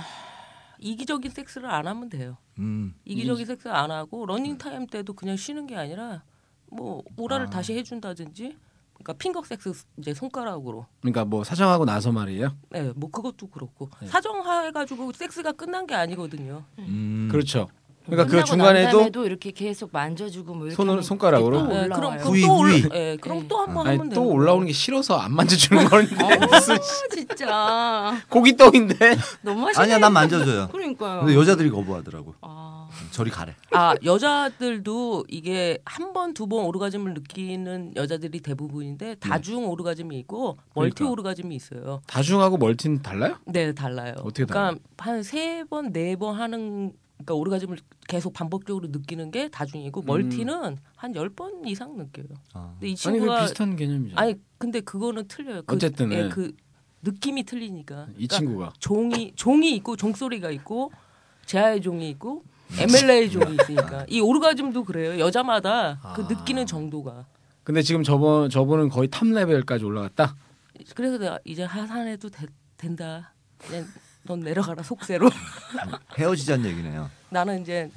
[SPEAKER 4] 이기적인 섹스를 안 하면 돼요.
[SPEAKER 2] 음.
[SPEAKER 4] 이기적인 섹스 안 하고 러닝 타임 때도 그냥 쉬는 게 아니라 뭐
[SPEAKER 2] 아.
[SPEAKER 4] 오라를 다시 해준다든지 그러니까 핑거 섹스 이제 손가락으로
[SPEAKER 1] 그러니까 뭐 사정하고 나서 말이에요.
[SPEAKER 4] 네, 뭐 그것도 그렇고
[SPEAKER 1] 네.
[SPEAKER 4] 사정해가지고 섹스가 끝난 게 아니거든요.
[SPEAKER 2] 음.
[SPEAKER 1] 그렇죠.
[SPEAKER 4] 뭐
[SPEAKER 1] 그러니까 그
[SPEAKER 3] 끝나고 난
[SPEAKER 1] 중간에도
[SPEAKER 3] 다음에도 이렇게 계속 만져주고 뭐 이렇게
[SPEAKER 1] 손으로-
[SPEAKER 3] 하면
[SPEAKER 1] 손가락으로?
[SPEAKER 3] 또
[SPEAKER 1] 네,
[SPEAKER 4] 네,
[SPEAKER 3] 올라와요.
[SPEAKER 4] 그럼 그럼
[SPEAKER 3] *laughs*
[SPEAKER 2] 후이,
[SPEAKER 4] 또 올라,
[SPEAKER 2] 후이.
[SPEAKER 4] 예, 그럼 또 한 번
[SPEAKER 1] 아니
[SPEAKER 4] 하면
[SPEAKER 1] 또
[SPEAKER 4] 되는
[SPEAKER 1] 올라오는 게 싫어서 안 만져주는 거인데 무슨
[SPEAKER 3] 아, 진짜
[SPEAKER 1] 고기 떡인데
[SPEAKER 3] *laughs*
[SPEAKER 1] *laughs*
[SPEAKER 3] 너무 하시네.
[SPEAKER 2] 아니야, 난 만져줘요.
[SPEAKER 3] 그러니까요.
[SPEAKER 2] 근데 여자들이 거부하더라고. 음,
[SPEAKER 3] 아,
[SPEAKER 2] 저리 가래.
[SPEAKER 4] 아 여자들도 이게 한 번 두 번 오르가즘을 느끼는 여자들이 대부분인데 다중 오르가즘이 있고 멀티
[SPEAKER 1] 네. 그러니까.
[SPEAKER 4] 오르가즘이 있어요.
[SPEAKER 1] 다중하고 멀티는 달라요?
[SPEAKER 4] 네 달라요.
[SPEAKER 1] 어떻게 달라요?
[SPEAKER 4] 그러니까 한 세 번 네 번 하는 그러니까 오르가즘을 계속 반복적으로 느끼는 게 다중이고 멀티는 한 열 번 이상 느껴요.
[SPEAKER 2] 아.
[SPEAKER 4] 근데
[SPEAKER 1] 음. 아니
[SPEAKER 4] 이
[SPEAKER 1] 그
[SPEAKER 4] 친구가
[SPEAKER 1] 비슷한 개념이죠.
[SPEAKER 4] 아니 근데 그거는 틀려요. 그,
[SPEAKER 1] 어쨌든,
[SPEAKER 4] 예,
[SPEAKER 1] 예.
[SPEAKER 4] 그 느낌이 틀리니까.
[SPEAKER 1] 이
[SPEAKER 4] 그러니까
[SPEAKER 1] 친구가
[SPEAKER 4] 종이 종이 있고 종소리가 있고 제아의 종이 있고
[SPEAKER 1] 음.
[SPEAKER 4] MLA 종이 있으니까 이 오르가즘도 그래요 여자마다 그
[SPEAKER 1] 아.
[SPEAKER 4] 느끼는 정도가
[SPEAKER 1] 근데 지금 저번 저번은 거의 탑 레벨까지 올라갔다.
[SPEAKER 4] 그래서 내가 이제 하산해도 되- 된다 그냥 넌 내려가라 속세로 *laughs*
[SPEAKER 2] 음, 헤어지자는 얘기네요.
[SPEAKER 4] 나는 이제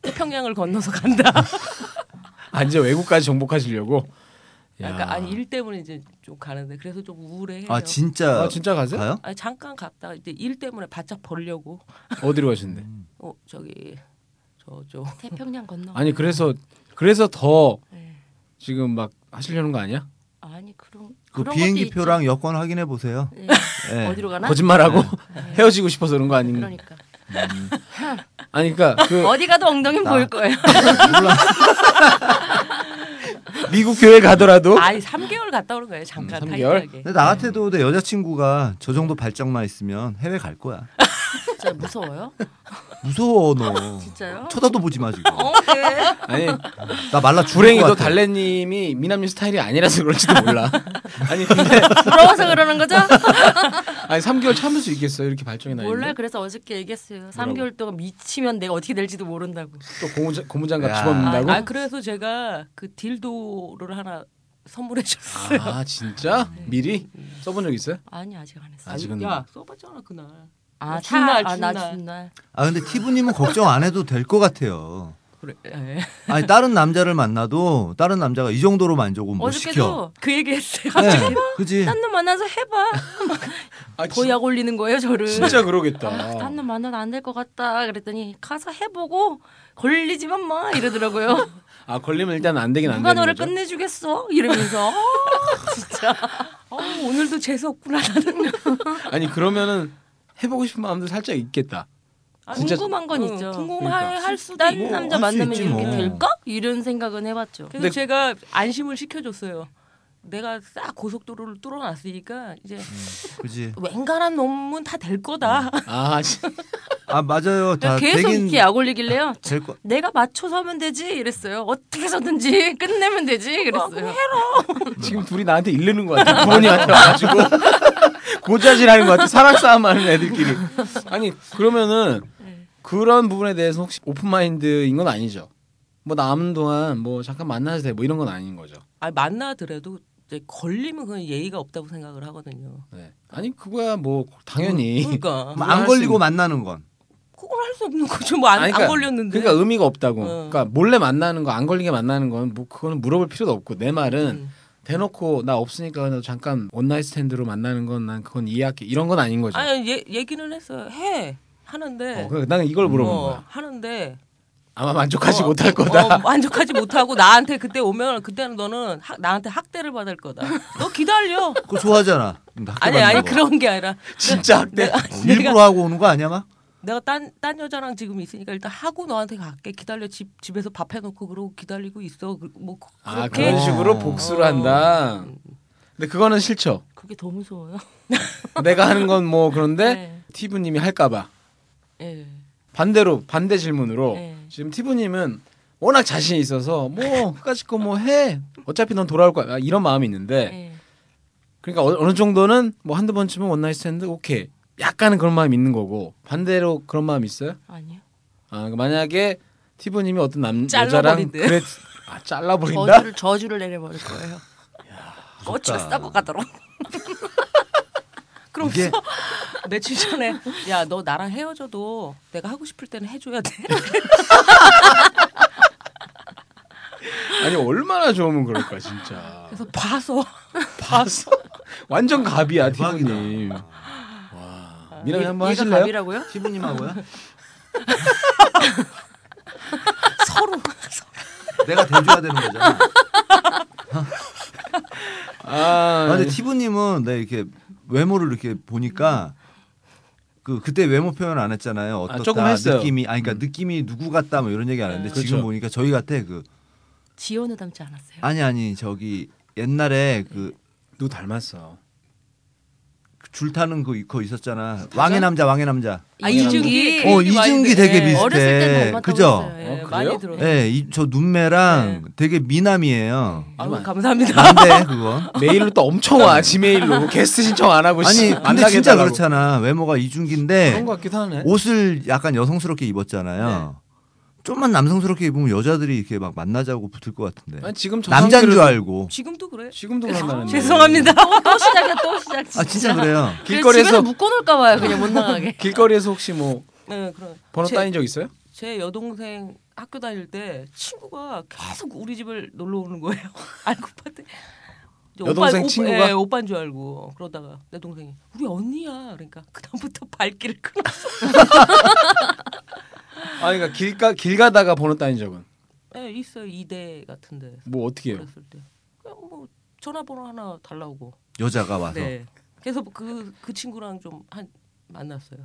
[SPEAKER 4] 태평양을 건너서 간다
[SPEAKER 1] 아 이제 외국까지 정복하시려고.
[SPEAKER 4] 아, 그러니까 아니 일 때문에 이제 좀 가는데 그래서 좀 우울해요
[SPEAKER 2] 아, 진짜.
[SPEAKER 1] 아, 진짜 가세요?
[SPEAKER 2] 가요?
[SPEAKER 4] 아니, 잠깐 갔다가 이제 일 때문에 바짝 벌려고
[SPEAKER 1] 어디로 가시는데?
[SPEAKER 4] 어 저기 저저
[SPEAKER 3] *laughs* 태평양 건너.
[SPEAKER 1] 아니 그래서 그래서 더
[SPEAKER 3] 네.
[SPEAKER 1] 지금 막 하시려는 거 아니야?
[SPEAKER 3] 아니 그럼
[SPEAKER 2] 그
[SPEAKER 3] 그런
[SPEAKER 2] 비행기
[SPEAKER 3] 것도
[SPEAKER 2] 표랑 여권 확인해 보세요.
[SPEAKER 3] 있지. 예.
[SPEAKER 2] 예.
[SPEAKER 3] 어디로 가나?
[SPEAKER 1] 네. 거짓말하고
[SPEAKER 4] 네.
[SPEAKER 1] *laughs* 헤어지고 싶어서 그런 거 아닌?
[SPEAKER 3] 그러니까
[SPEAKER 1] 아니 그러니까 그
[SPEAKER 3] 어디 가도 엉덩이는
[SPEAKER 2] 나-
[SPEAKER 3] 보일 거예요.
[SPEAKER 1] 미국 교회 가더라도
[SPEAKER 4] 아니 3개월 갔다 오는 거예요 잠깐
[SPEAKER 1] 음, 삼 개월?
[SPEAKER 4] 타이트하게
[SPEAKER 2] 근데 나 같아도 내 여자친구가 저 정도 발작만 있으면 해외 갈 거야.
[SPEAKER 3] 진짜 *laughs* 무서워요?
[SPEAKER 2] 무서워 너.
[SPEAKER 3] *laughs* 진짜요? 어?
[SPEAKER 2] 쳐다도 보지 마 지금.
[SPEAKER 3] 네.
[SPEAKER 1] 아니
[SPEAKER 2] 나 말라 죽을 것
[SPEAKER 1] 불행히도
[SPEAKER 2] 같아.
[SPEAKER 1] 달래님이 미남님 스타일이 아니라서 그럴지도 몰라. 아니 근데
[SPEAKER 3] 부러워서 그러는 거죠?
[SPEAKER 1] 아니 3개월 참을 수 있겠어요? 이렇게 발정이 나
[SPEAKER 3] 몰라 요
[SPEAKER 1] 있는데
[SPEAKER 3] 그래서 어저께 얘기했어요. 3개월 동안 미치면 내가 어떻게 될지도 모른다고.
[SPEAKER 1] 또 고무장, 고무장갑
[SPEAKER 2] 야.
[SPEAKER 1] 집어넣는다고?
[SPEAKER 4] 아 그래서 제가 그 딜도를 하나 선물해
[SPEAKER 3] 그
[SPEAKER 4] 줬어요.
[SPEAKER 1] 아 진짜
[SPEAKER 3] 네.
[SPEAKER 1] 미리 써본 적 있어요?
[SPEAKER 3] 아니 아직 안 했어.
[SPEAKER 1] 아니, 아직은-
[SPEAKER 4] 야 써봤잖아 그날.
[SPEAKER 3] 아,
[SPEAKER 4] 준 날,
[SPEAKER 3] 아,
[SPEAKER 4] 준
[SPEAKER 3] 나
[SPEAKER 4] 날.
[SPEAKER 3] 준날.
[SPEAKER 2] 아 근데 티브님은 걱정 안 해도 될 것 같아요.
[SPEAKER 4] 그래. 예.
[SPEAKER 2] 아니 다른 남자를 만나도 다른 남자가 이 정도로 만족은 못 시켜.
[SPEAKER 3] 어저께도 그 얘기했어요. 뭐
[SPEAKER 2] 네, 그지.
[SPEAKER 3] 딴 놈 만나서 해봐.
[SPEAKER 1] 아,
[SPEAKER 3] 보약 올리는 거예요 저를.
[SPEAKER 1] 진짜 그러겠다.
[SPEAKER 3] 딴 놈 만나도 안 될 것 같다. 그랬더니 가서 해보고 걸리지만 마 *laughs* 이러더라고요.
[SPEAKER 1] 아 걸리면 일단 안 되긴 안
[SPEAKER 3] 누가
[SPEAKER 1] 되는
[SPEAKER 3] 너를
[SPEAKER 1] 거죠.
[SPEAKER 3] 끝내주겠어? 이러면서 *laughs* 어, 진짜 아,
[SPEAKER 4] 어,
[SPEAKER 3] *laughs*
[SPEAKER 4] 오늘도 재수 없구나 나는.
[SPEAKER 1] 아니 그러면은 해보고 싶은 마음도 살짝 있겠다.
[SPEAKER 4] 아,
[SPEAKER 1] 진짜-
[SPEAKER 3] 어, 궁금한 건
[SPEAKER 4] 응,
[SPEAKER 3] 있죠.
[SPEAKER 4] 궁금할 할 수도
[SPEAKER 3] 그러니까. 딴
[SPEAKER 4] 있고.
[SPEAKER 3] 남자
[SPEAKER 2] 할수
[SPEAKER 3] 만나면
[SPEAKER 2] 있지,
[SPEAKER 3] 이렇게
[SPEAKER 2] 뭐.
[SPEAKER 3] 될까? 이런 생각은 해봤죠.
[SPEAKER 4] 그래서
[SPEAKER 1] 근데-
[SPEAKER 4] 제가 안심을 시켜줬어요. 내가 싹 고속도로를
[SPEAKER 1] 음.
[SPEAKER 4] 뚫어놨으니까 이제
[SPEAKER 2] 그지.
[SPEAKER 3] 음. *laughs*
[SPEAKER 4] 웬간한 놈은 다 될 거다.
[SPEAKER 1] 아 진-
[SPEAKER 2] 아 맞아요. 다
[SPEAKER 3] 계속
[SPEAKER 2] 되긴
[SPEAKER 3] 이렇게 약 올리길래요.
[SPEAKER 2] 될 거.
[SPEAKER 3] 내가 맞춰서 하면 되지 이랬어요. 어떻게 해서든지 *laughs* 끝내면 되지 그랬어요.
[SPEAKER 1] 지금 둘이 나한테 이르는 것 같아. 부모님한테 와가지고 *laughs* 고자질하는 것 같아. 사랑 싸움하는 애들끼리. 아니 그러면은 그런 부분에 대해서 혹시 오픈 마인드인 건 아니죠? 뭐 남은 동안 뭐 잠깐 만나도 돼뭐 이런 건 아닌 거죠.
[SPEAKER 4] 아 만나더라도 이제 걸리면 그건 예의가 없다고 생각을 하거든요.
[SPEAKER 1] 네. 아니 그거야 뭐 당연히 *laughs*
[SPEAKER 3] 아,
[SPEAKER 4] 그러니까
[SPEAKER 1] 뭐할
[SPEAKER 2] 안
[SPEAKER 1] 수
[SPEAKER 2] 걸리고 만나는 건.
[SPEAKER 4] 그걸 할 수 없는 거죠. 뭐안
[SPEAKER 1] 아니,
[SPEAKER 4] 안
[SPEAKER 1] 그러니까-
[SPEAKER 4] 걸렸는데.
[SPEAKER 1] 그러니까 의미가 없다고.
[SPEAKER 4] 어.
[SPEAKER 1] 그러니까 몰래 만나는 거 안 걸리게 만나는 건 뭐 그거는 물어볼 필요도 없고 내 말은
[SPEAKER 4] 음.
[SPEAKER 1] 대놓고 나 없으니까 나도 잠깐 원나잇 스탠드로 만나는 건 난 그건 이해할게 이런 건 아닌 거죠.
[SPEAKER 4] 아니 예, 얘기는 했어요. 해 하는데
[SPEAKER 1] 어, 그러니까 나는 이걸 물어본
[SPEAKER 4] 어,
[SPEAKER 1] 거야.
[SPEAKER 4] 하는데
[SPEAKER 1] 아마 만족하지
[SPEAKER 4] 어,
[SPEAKER 1] 못할 거다.
[SPEAKER 4] 어, 만족하지 못하고 나한테 그때 오면 그때는 너는 학- 나한테 학대를 받을 거다. 너 기다려.
[SPEAKER 2] 그거 좋아하잖아. 학교
[SPEAKER 4] 아니
[SPEAKER 2] 가는
[SPEAKER 4] 아니
[SPEAKER 2] 거.
[SPEAKER 4] 그런 게 네, 아니라
[SPEAKER 1] 진짜 학대. 어,
[SPEAKER 4] 내가,
[SPEAKER 2] 네, 어, 일부러 하고 오는 거 아니야 막?
[SPEAKER 4] 내가 딴, 딴 여자랑 지금 있으니까 일단 하고 너한테 갈게 기다려 집 집에서 밥 해놓고 그러고 기다리고 있어 그- 뭐 그-
[SPEAKER 1] 아
[SPEAKER 4] 그렇게
[SPEAKER 1] 그런 식으로
[SPEAKER 2] 어.
[SPEAKER 1] 복수를 한다. 근데 그거는 싫죠.
[SPEAKER 3] 그게 더 무서워요.
[SPEAKER 1] 내가 하는 건 뭐 그런데
[SPEAKER 3] 네.
[SPEAKER 1] 티브님이 할까봐
[SPEAKER 4] 예.
[SPEAKER 1] 반대로 반대 질문으로
[SPEAKER 4] 네.
[SPEAKER 1] 지금 티브님은 워낙 자신 이 있어서 뭐 끝까지 거뭐해 어차피 넌 돌아올 거야 아, 이런 마음이 있는데
[SPEAKER 4] 네.
[SPEAKER 3] 예.
[SPEAKER 1] 그러니까 어, 어느 정도는 뭐 한두 번쯤은 원나잇 스탠드 오케이 약간은 그런 마음이 있는 거고 반대로 그런 마음 있어요?
[SPEAKER 3] 아니요.
[SPEAKER 1] 아 그러니까 만약에 티브님이 어떤 남 여자랑
[SPEAKER 4] 잘라버린 듯.
[SPEAKER 1] 그랬 아
[SPEAKER 4] *laughs*
[SPEAKER 1] 잘라버린다?
[SPEAKER 3] 저주를 저주를 내려버릴 거예요. 어찌 싸고 가더라.
[SPEAKER 4] 그럼
[SPEAKER 2] 이게-
[SPEAKER 4] 며칠 전에 *laughs* 야 너 나랑 헤어져도 내가 하고 싶을 때는 해줘야 돼
[SPEAKER 1] 아니 얼마나 좋으면 그럴까 진짜
[SPEAKER 4] 그래서 봐서
[SPEAKER 1] 봤어? *laughs* 완전 갑이야
[SPEAKER 2] 대박이다.
[SPEAKER 1] 티브님 와 미나미 한번
[SPEAKER 3] 얘가
[SPEAKER 1] 하실래요?
[SPEAKER 3] 갑이라고요?
[SPEAKER 2] 티브님하고요?
[SPEAKER 4] 서로
[SPEAKER 2] 내가 대줘야 되는 거잖아.
[SPEAKER 1] 아,
[SPEAKER 2] 아, 근데 티브님은 내가 이렇게 외모를 이렇게 보니까 그 그때 외모 표현 안 했잖아요.
[SPEAKER 1] 아,
[SPEAKER 2] 어떻다
[SPEAKER 1] 조금 했어요. 음.
[SPEAKER 2] 느낌이 아니 그러니까 느낌이 누구 같다 뭐 이런 얘기 안 했는데
[SPEAKER 1] 그렇죠.
[SPEAKER 2] 지금 보니까 저희 같아 그
[SPEAKER 3] 지연을 닮지 않았어요.
[SPEAKER 2] 아니 아니 저기 옛날에 그
[SPEAKER 1] 누 닮았어
[SPEAKER 2] 줄 타는 그 거 있었잖아. 왕의 남자, 왕의 남자.
[SPEAKER 4] 아,
[SPEAKER 3] 예.
[SPEAKER 4] 이중기
[SPEAKER 2] 어, 이중기 되게 비슷해.
[SPEAKER 3] 네, 어렸을 때 닮았다고
[SPEAKER 2] 그죠?
[SPEAKER 3] 했어요.
[SPEAKER 1] 어,
[SPEAKER 4] 예,
[SPEAKER 1] 그래요?
[SPEAKER 4] 많이 들어 예.
[SPEAKER 2] 예, 이- 저 눈매랑
[SPEAKER 1] 네.
[SPEAKER 2] 되게 미남이에요.
[SPEAKER 4] 아유, 감사합니다
[SPEAKER 2] 안 돼, 그건.
[SPEAKER 1] 메일로 또 엄청 와 지메일로 게스트 신청 안 하고 씨,
[SPEAKER 2] 아니, 근데
[SPEAKER 1] 만나게
[SPEAKER 2] 진짜
[SPEAKER 1] 해달라고.
[SPEAKER 2] 그렇잖아. 외모가 이중기인데
[SPEAKER 1] 그런 것 같기도 하네
[SPEAKER 2] 옷을 약간 여성스럽게 입었잖아요.
[SPEAKER 1] 네.
[SPEAKER 2] 좀만 남성스럽게 입으면 여자들이 이렇게 막 만나자고 붙을 것 같은데.
[SPEAKER 1] 아니, 지금 저
[SPEAKER 2] 남자인
[SPEAKER 1] 상태로-
[SPEAKER 2] 줄 알고.
[SPEAKER 4] 지금도 그래
[SPEAKER 1] 지금도 그런다는
[SPEAKER 4] 죄송합니다
[SPEAKER 3] 또 시작이야 또 시작.
[SPEAKER 2] 아, 진짜 그래요.
[SPEAKER 1] *laughs* 길거리에서 아.
[SPEAKER 3] 집에서 묶어놓을까 봐요. 그냥 못 나가게.
[SPEAKER 1] 길거리에서 혹시 뭐
[SPEAKER 4] 네, 그럼
[SPEAKER 1] 번호
[SPEAKER 4] 제-
[SPEAKER 1] 따인 적 있어요?
[SPEAKER 4] 제 여동생 학교 다닐 때 친구가 계속 우리 집을 놀러 오는 거예요. *laughs* 알고 봤더니 이제
[SPEAKER 1] 여동생
[SPEAKER 4] 오빠,
[SPEAKER 1] 친구가?
[SPEAKER 4] 예, 오빠인 줄 알고 그러다가 내 동생이 우리 언니야. 그러니까 *laughs* 그다음부터 발길을 끊어.
[SPEAKER 1] 아 그러니까 길가 길 가다가 번호 따인 적은
[SPEAKER 4] 예, 있어요. 이대 같은데
[SPEAKER 1] 뭐 어떻게 해요?
[SPEAKER 4] 그랬을 때 그냥 뭐 전화번호 하나 달라고.
[SPEAKER 2] 여자가 와서.
[SPEAKER 4] 네. 그래서 그그 친구랑 좀 한 만났어요.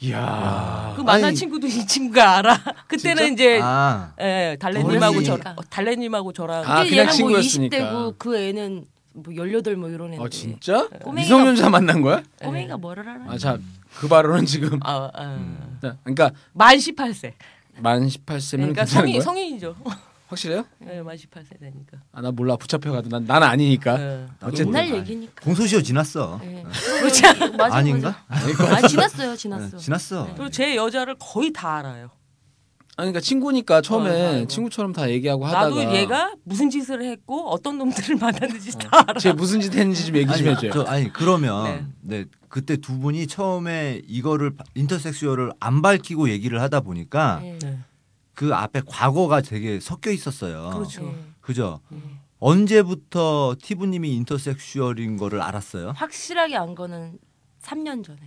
[SPEAKER 1] 이야
[SPEAKER 4] 그 만난
[SPEAKER 2] 아니.
[SPEAKER 4] 친구도 이 친구가 알아. *laughs* 그때는 이제
[SPEAKER 2] 아.
[SPEAKER 4] 예, 달래님하고 저
[SPEAKER 3] 어리니까.
[SPEAKER 4] 달래님하고 저랑
[SPEAKER 1] 아, 그냥
[SPEAKER 3] 얘는
[SPEAKER 1] 친구였으니까.
[SPEAKER 3] 뭐 20대고 그 애는 뭐 18, 뭐 이런 애인데.
[SPEAKER 1] 아 진짜
[SPEAKER 3] 꼬맹이가-
[SPEAKER 1] 미성년자 만난 거야?
[SPEAKER 3] 꼬맹이가 뭐를 알아?
[SPEAKER 1] 아 자 그 발언은
[SPEAKER 4] *laughs*
[SPEAKER 1] 지금
[SPEAKER 4] 아, 아.
[SPEAKER 1] 자, 그러니까
[SPEAKER 4] 만 18세.
[SPEAKER 1] 만 18세면
[SPEAKER 4] 그러니까
[SPEAKER 1] 괜찮은
[SPEAKER 4] 성인
[SPEAKER 1] 거야?
[SPEAKER 4] 성인이죠. *laughs*
[SPEAKER 1] 확실해요?
[SPEAKER 4] 네, 만 18세 되니까.
[SPEAKER 1] 아 나 몰라 붙잡혀가도 난, 난 아니니까
[SPEAKER 4] 네.
[SPEAKER 2] 어쨌든.
[SPEAKER 3] 옛날 얘기니까.
[SPEAKER 2] 공소시효 지났어.
[SPEAKER 1] 네.
[SPEAKER 3] 예. 맞아, 맞아.
[SPEAKER 2] 아닌가?
[SPEAKER 3] 아 지났어요,
[SPEAKER 2] 네,
[SPEAKER 3] 지났어.
[SPEAKER 2] 지났어.
[SPEAKER 4] 그리고 제 여자를 거의 다 알아요.
[SPEAKER 1] 아니 그러니까 친구니까
[SPEAKER 4] 어,
[SPEAKER 1] 처음에
[SPEAKER 4] 아이고.
[SPEAKER 1] 친구처럼 다뭐 얘기하고 하다가
[SPEAKER 4] 나도 얘가 무슨 짓을 했고 어떤 놈들을 *laughs* 만났는지 다 알아.
[SPEAKER 1] 쟤 무슨 짓 했는지 좀 얘기 좀
[SPEAKER 2] 아니,
[SPEAKER 1] 해줘요
[SPEAKER 2] 저, 아니 그러면 네. 그때 두 분이 처음에 이거를 바- 인터섹슈얼을 안 밝히고 얘기를 하다 보니까
[SPEAKER 3] 예.
[SPEAKER 4] 네.
[SPEAKER 2] 그 앞에 과거가 되게 섞여 있었어요.
[SPEAKER 4] 그렇죠.
[SPEAKER 3] 네.
[SPEAKER 2] 죠 언제부터 티브님이 인터섹슈얼인 거를 알았어요?
[SPEAKER 3] 확실하게 안 거는 3년 전에.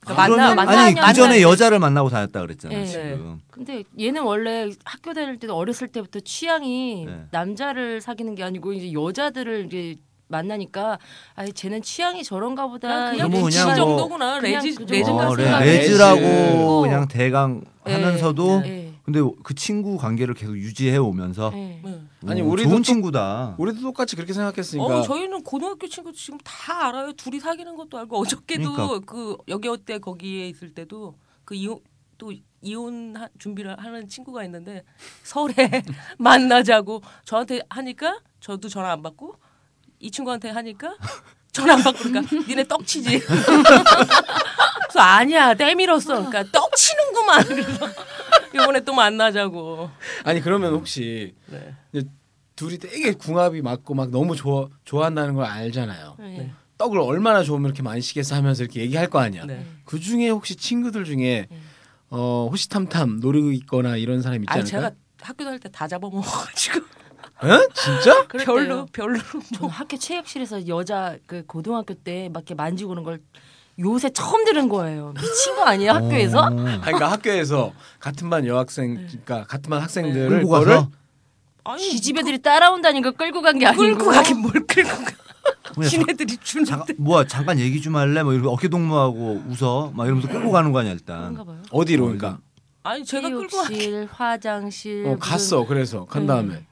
[SPEAKER 4] 그러니까 만나 만나
[SPEAKER 2] 아니
[SPEAKER 3] 만나-
[SPEAKER 2] 그 전에
[SPEAKER 3] 만나-
[SPEAKER 2] 여자를 만나고 다녔다 그랬잖아요.
[SPEAKER 4] 예.
[SPEAKER 3] 네.
[SPEAKER 2] 지금
[SPEAKER 3] 근데 얘는 원래 학교 다닐 때도 어렸을 때부터 취향이
[SPEAKER 2] 네.
[SPEAKER 3] 남자를 사귀는 게 아니고 이제 여자들을 이제 만나니까 아 쟤는 취향이 저런가 보다.
[SPEAKER 4] 그냥
[SPEAKER 2] 그러면
[SPEAKER 4] 그
[SPEAKER 2] 그냥 뭐-
[SPEAKER 4] 정도구나.
[SPEAKER 3] 그냥
[SPEAKER 4] 레지
[SPEAKER 3] 그 정도.
[SPEAKER 4] 레지가
[SPEAKER 1] 아,
[SPEAKER 2] 어,
[SPEAKER 4] 생각.
[SPEAKER 1] 레-
[SPEAKER 2] 레즈라고
[SPEAKER 4] 어.
[SPEAKER 1] 레즈.
[SPEAKER 2] 그냥 대강 하면서도
[SPEAKER 3] 예, 예,
[SPEAKER 2] 근데 그 친구 관계를 계속 유지해 오면서
[SPEAKER 3] 예.
[SPEAKER 4] 네.
[SPEAKER 1] 아니,
[SPEAKER 2] 오,
[SPEAKER 1] 우리도
[SPEAKER 2] 좋은
[SPEAKER 1] 또-
[SPEAKER 2] 친구다.
[SPEAKER 1] 우리도 똑같이 그렇게 생각했으니까
[SPEAKER 4] 어, 저희는 고등학교 친구 지금 다 알아요. 둘이 사귀는 것도 알고 어저께도
[SPEAKER 2] 그러니까.
[SPEAKER 4] 그 여기 어때 거기에 있을 때도 그 이혼 또 이혼 하- 준비를 하는 친구가 있는데 설에 *laughs* 만나자고 저한테 하니까 저도 전화 안 받고 이 친구한테 하니까 전화 안 받고 그러니까 니네 떡치지. *laughs* 그래서 아니야 때밀었어. 그러니까 떡치는구만. 그래서 이번에 또 만나자고.
[SPEAKER 1] 아니 그러면 혹시
[SPEAKER 4] 네.
[SPEAKER 1] 이제 둘이 되게 궁합이 맞고 막 너무 좋아 좋아한다는 걸 알잖아요.
[SPEAKER 4] 네.
[SPEAKER 1] 떡을 얼마나 좋으면 이렇게 많이 시겠어 하면서 이렇게 얘기할 거 아니야.
[SPEAKER 4] 네.
[SPEAKER 1] 그 중에 혹시 친구들 중에 어 호시탐탐 노리고 있거나 이런 사람 있지
[SPEAKER 4] 아니
[SPEAKER 1] 않을까?
[SPEAKER 4] 제가 학교 다닐 때 다 잡아먹어가지고
[SPEAKER 1] 어? 진짜?
[SPEAKER 7] 그랬대요.
[SPEAKER 4] 별로 별로
[SPEAKER 3] 저는 학교 체육실에서 여자 그 고등학교 때 막 이렇게 만지고 그런 걸 요새 처음 들은 거예요. 미친 거
[SPEAKER 2] 어.
[SPEAKER 3] 아니에요 학교에서?
[SPEAKER 1] 아니, 그러니까 학교에서 같은 반 여학생 그러니까 같은 반 학생들을
[SPEAKER 2] 끌고
[SPEAKER 1] 거를
[SPEAKER 2] 가서
[SPEAKER 4] 아니
[SPEAKER 3] 기집애들이 따라온다니까 끌고 간 게 아니고
[SPEAKER 4] 끌고 가긴 뭘 끌고 가.
[SPEAKER 2] 뭐야,
[SPEAKER 4] 지네들이 주는.
[SPEAKER 2] 잠깐 뭐야 잠깐 얘기 좀 할래 뭐 이러고 어깨 동무하고 웃어 막 이러면서 끌고 가는 거 아니야 일단
[SPEAKER 3] 그런가 봐요.
[SPEAKER 1] 어디로 그러니까
[SPEAKER 4] 아니 제가 끌고 가.
[SPEAKER 3] 체육실, 화장실
[SPEAKER 1] 어,
[SPEAKER 3] 네, 무슨-
[SPEAKER 1] 갔어. 그래서 간 다음에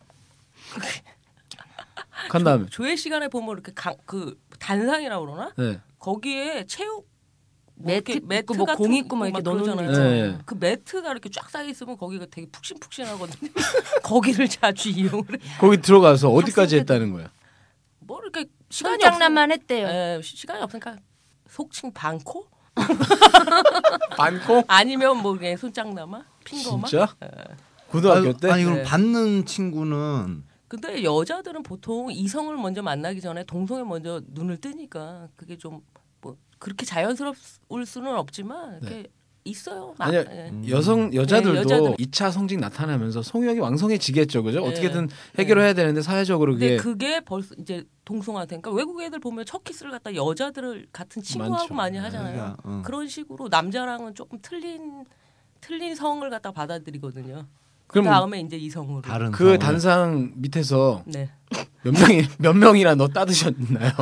[SPEAKER 1] 간 다음에
[SPEAKER 4] 조회 시간에 보면 이렇게 강, 그 단상이라고 그러나
[SPEAKER 1] 네.
[SPEAKER 4] 거기에 체육 뭐
[SPEAKER 3] 매트
[SPEAKER 4] 이렇게
[SPEAKER 3] 있고 뭐
[SPEAKER 4] 같은
[SPEAKER 3] 공
[SPEAKER 4] 거
[SPEAKER 3] 있고 막 이렇게 넣어놓은
[SPEAKER 4] 그러잖아요.
[SPEAKER 3] 거 있잖아요.
[SPEAKER 1] 네.
[SPEAKER 4] 그 매트가 이렇게 쫙 쌓여 있으면 거기가 되게 푹신푹신하거든요. *laughs* 거기를 자주 이용을 해.
[SPEAKER 1] 거기 들어가서 어디까지 했다는 거야?
[SPEAKER 4] 뭐 이렇게 시간이 없으니까
[SPEAKER 3] 손장난만 했대요.
[SPEAKER 4] 예, 시- 시간이 없으니까 속칭 방코
[SPEAKER 1] 반고?
[SPEAKER 4] 아니면 뭐 그냥 손장남아 핑거마.
[SPEAKER 1] 진짜?
[SPEAKER 4] 예.
[SPEAKER 1] 고등학교 때?
[SPEAKER 2] 아니 그럼
[SPEAKER 4] 네.
[SPEAKER 2] 받는 친구는
[SPEAKER 4] 근데 여자들은 보통 이성을 먼저 만나기 전에 동성에 먼저 눈을 뜨니까 그게 좀 뭐 그렇게 자연스러울 수는 없지만 이렇게 있어요. 막,
[SPEAKER 1] 네. 아니요.
[SPEAKER 4] 예.
[SPEAKER 1] 음.
[SPEAKER 2] 음.
[SPEAKER 1] 여성 여자들도
[SPEAKER 4] 여자들.
[SPEAKER 1] 이 2차 성직 나타나면서 성욕이 왕성해지겠죠, 그죠?
[SPEAKER 4] 네.
[SPEAKER 1] 어떻게든 해결해야 되는데 사회적으로
[SPEAKER 4] 근데
[SPEAKER 1] 그게
[SPEAKER 4] 그게 벌써 이제 동성한테 그러니까 외국 애들 보면 첫 키스를 갖다 여자들을 같은 친구하고
[SPEAKER 1] 많죠. 네.
[SPEAKER 4] 많이 하잖아요.
[SPEAKER 2] 그러니까, 응.
[SPEAKER 4] 그런 식으로 남자랑은 조금 틀린 틀린 성을 갖다 받아들이거든요. 그
[SPEAKER 1] 그럼
[SPEAKER 4] 다음에 이제 이성으로.
[SPEAKER 2] 다른
[SPEAKER 1] 그
[SPEAKER 2] 상황을-
[SPEAKER 1] 단상 밑에서
[SPEAKER 4] 네.
[SPEAKER 1] 몇 명이 몇 명이나 너 따드셨나요?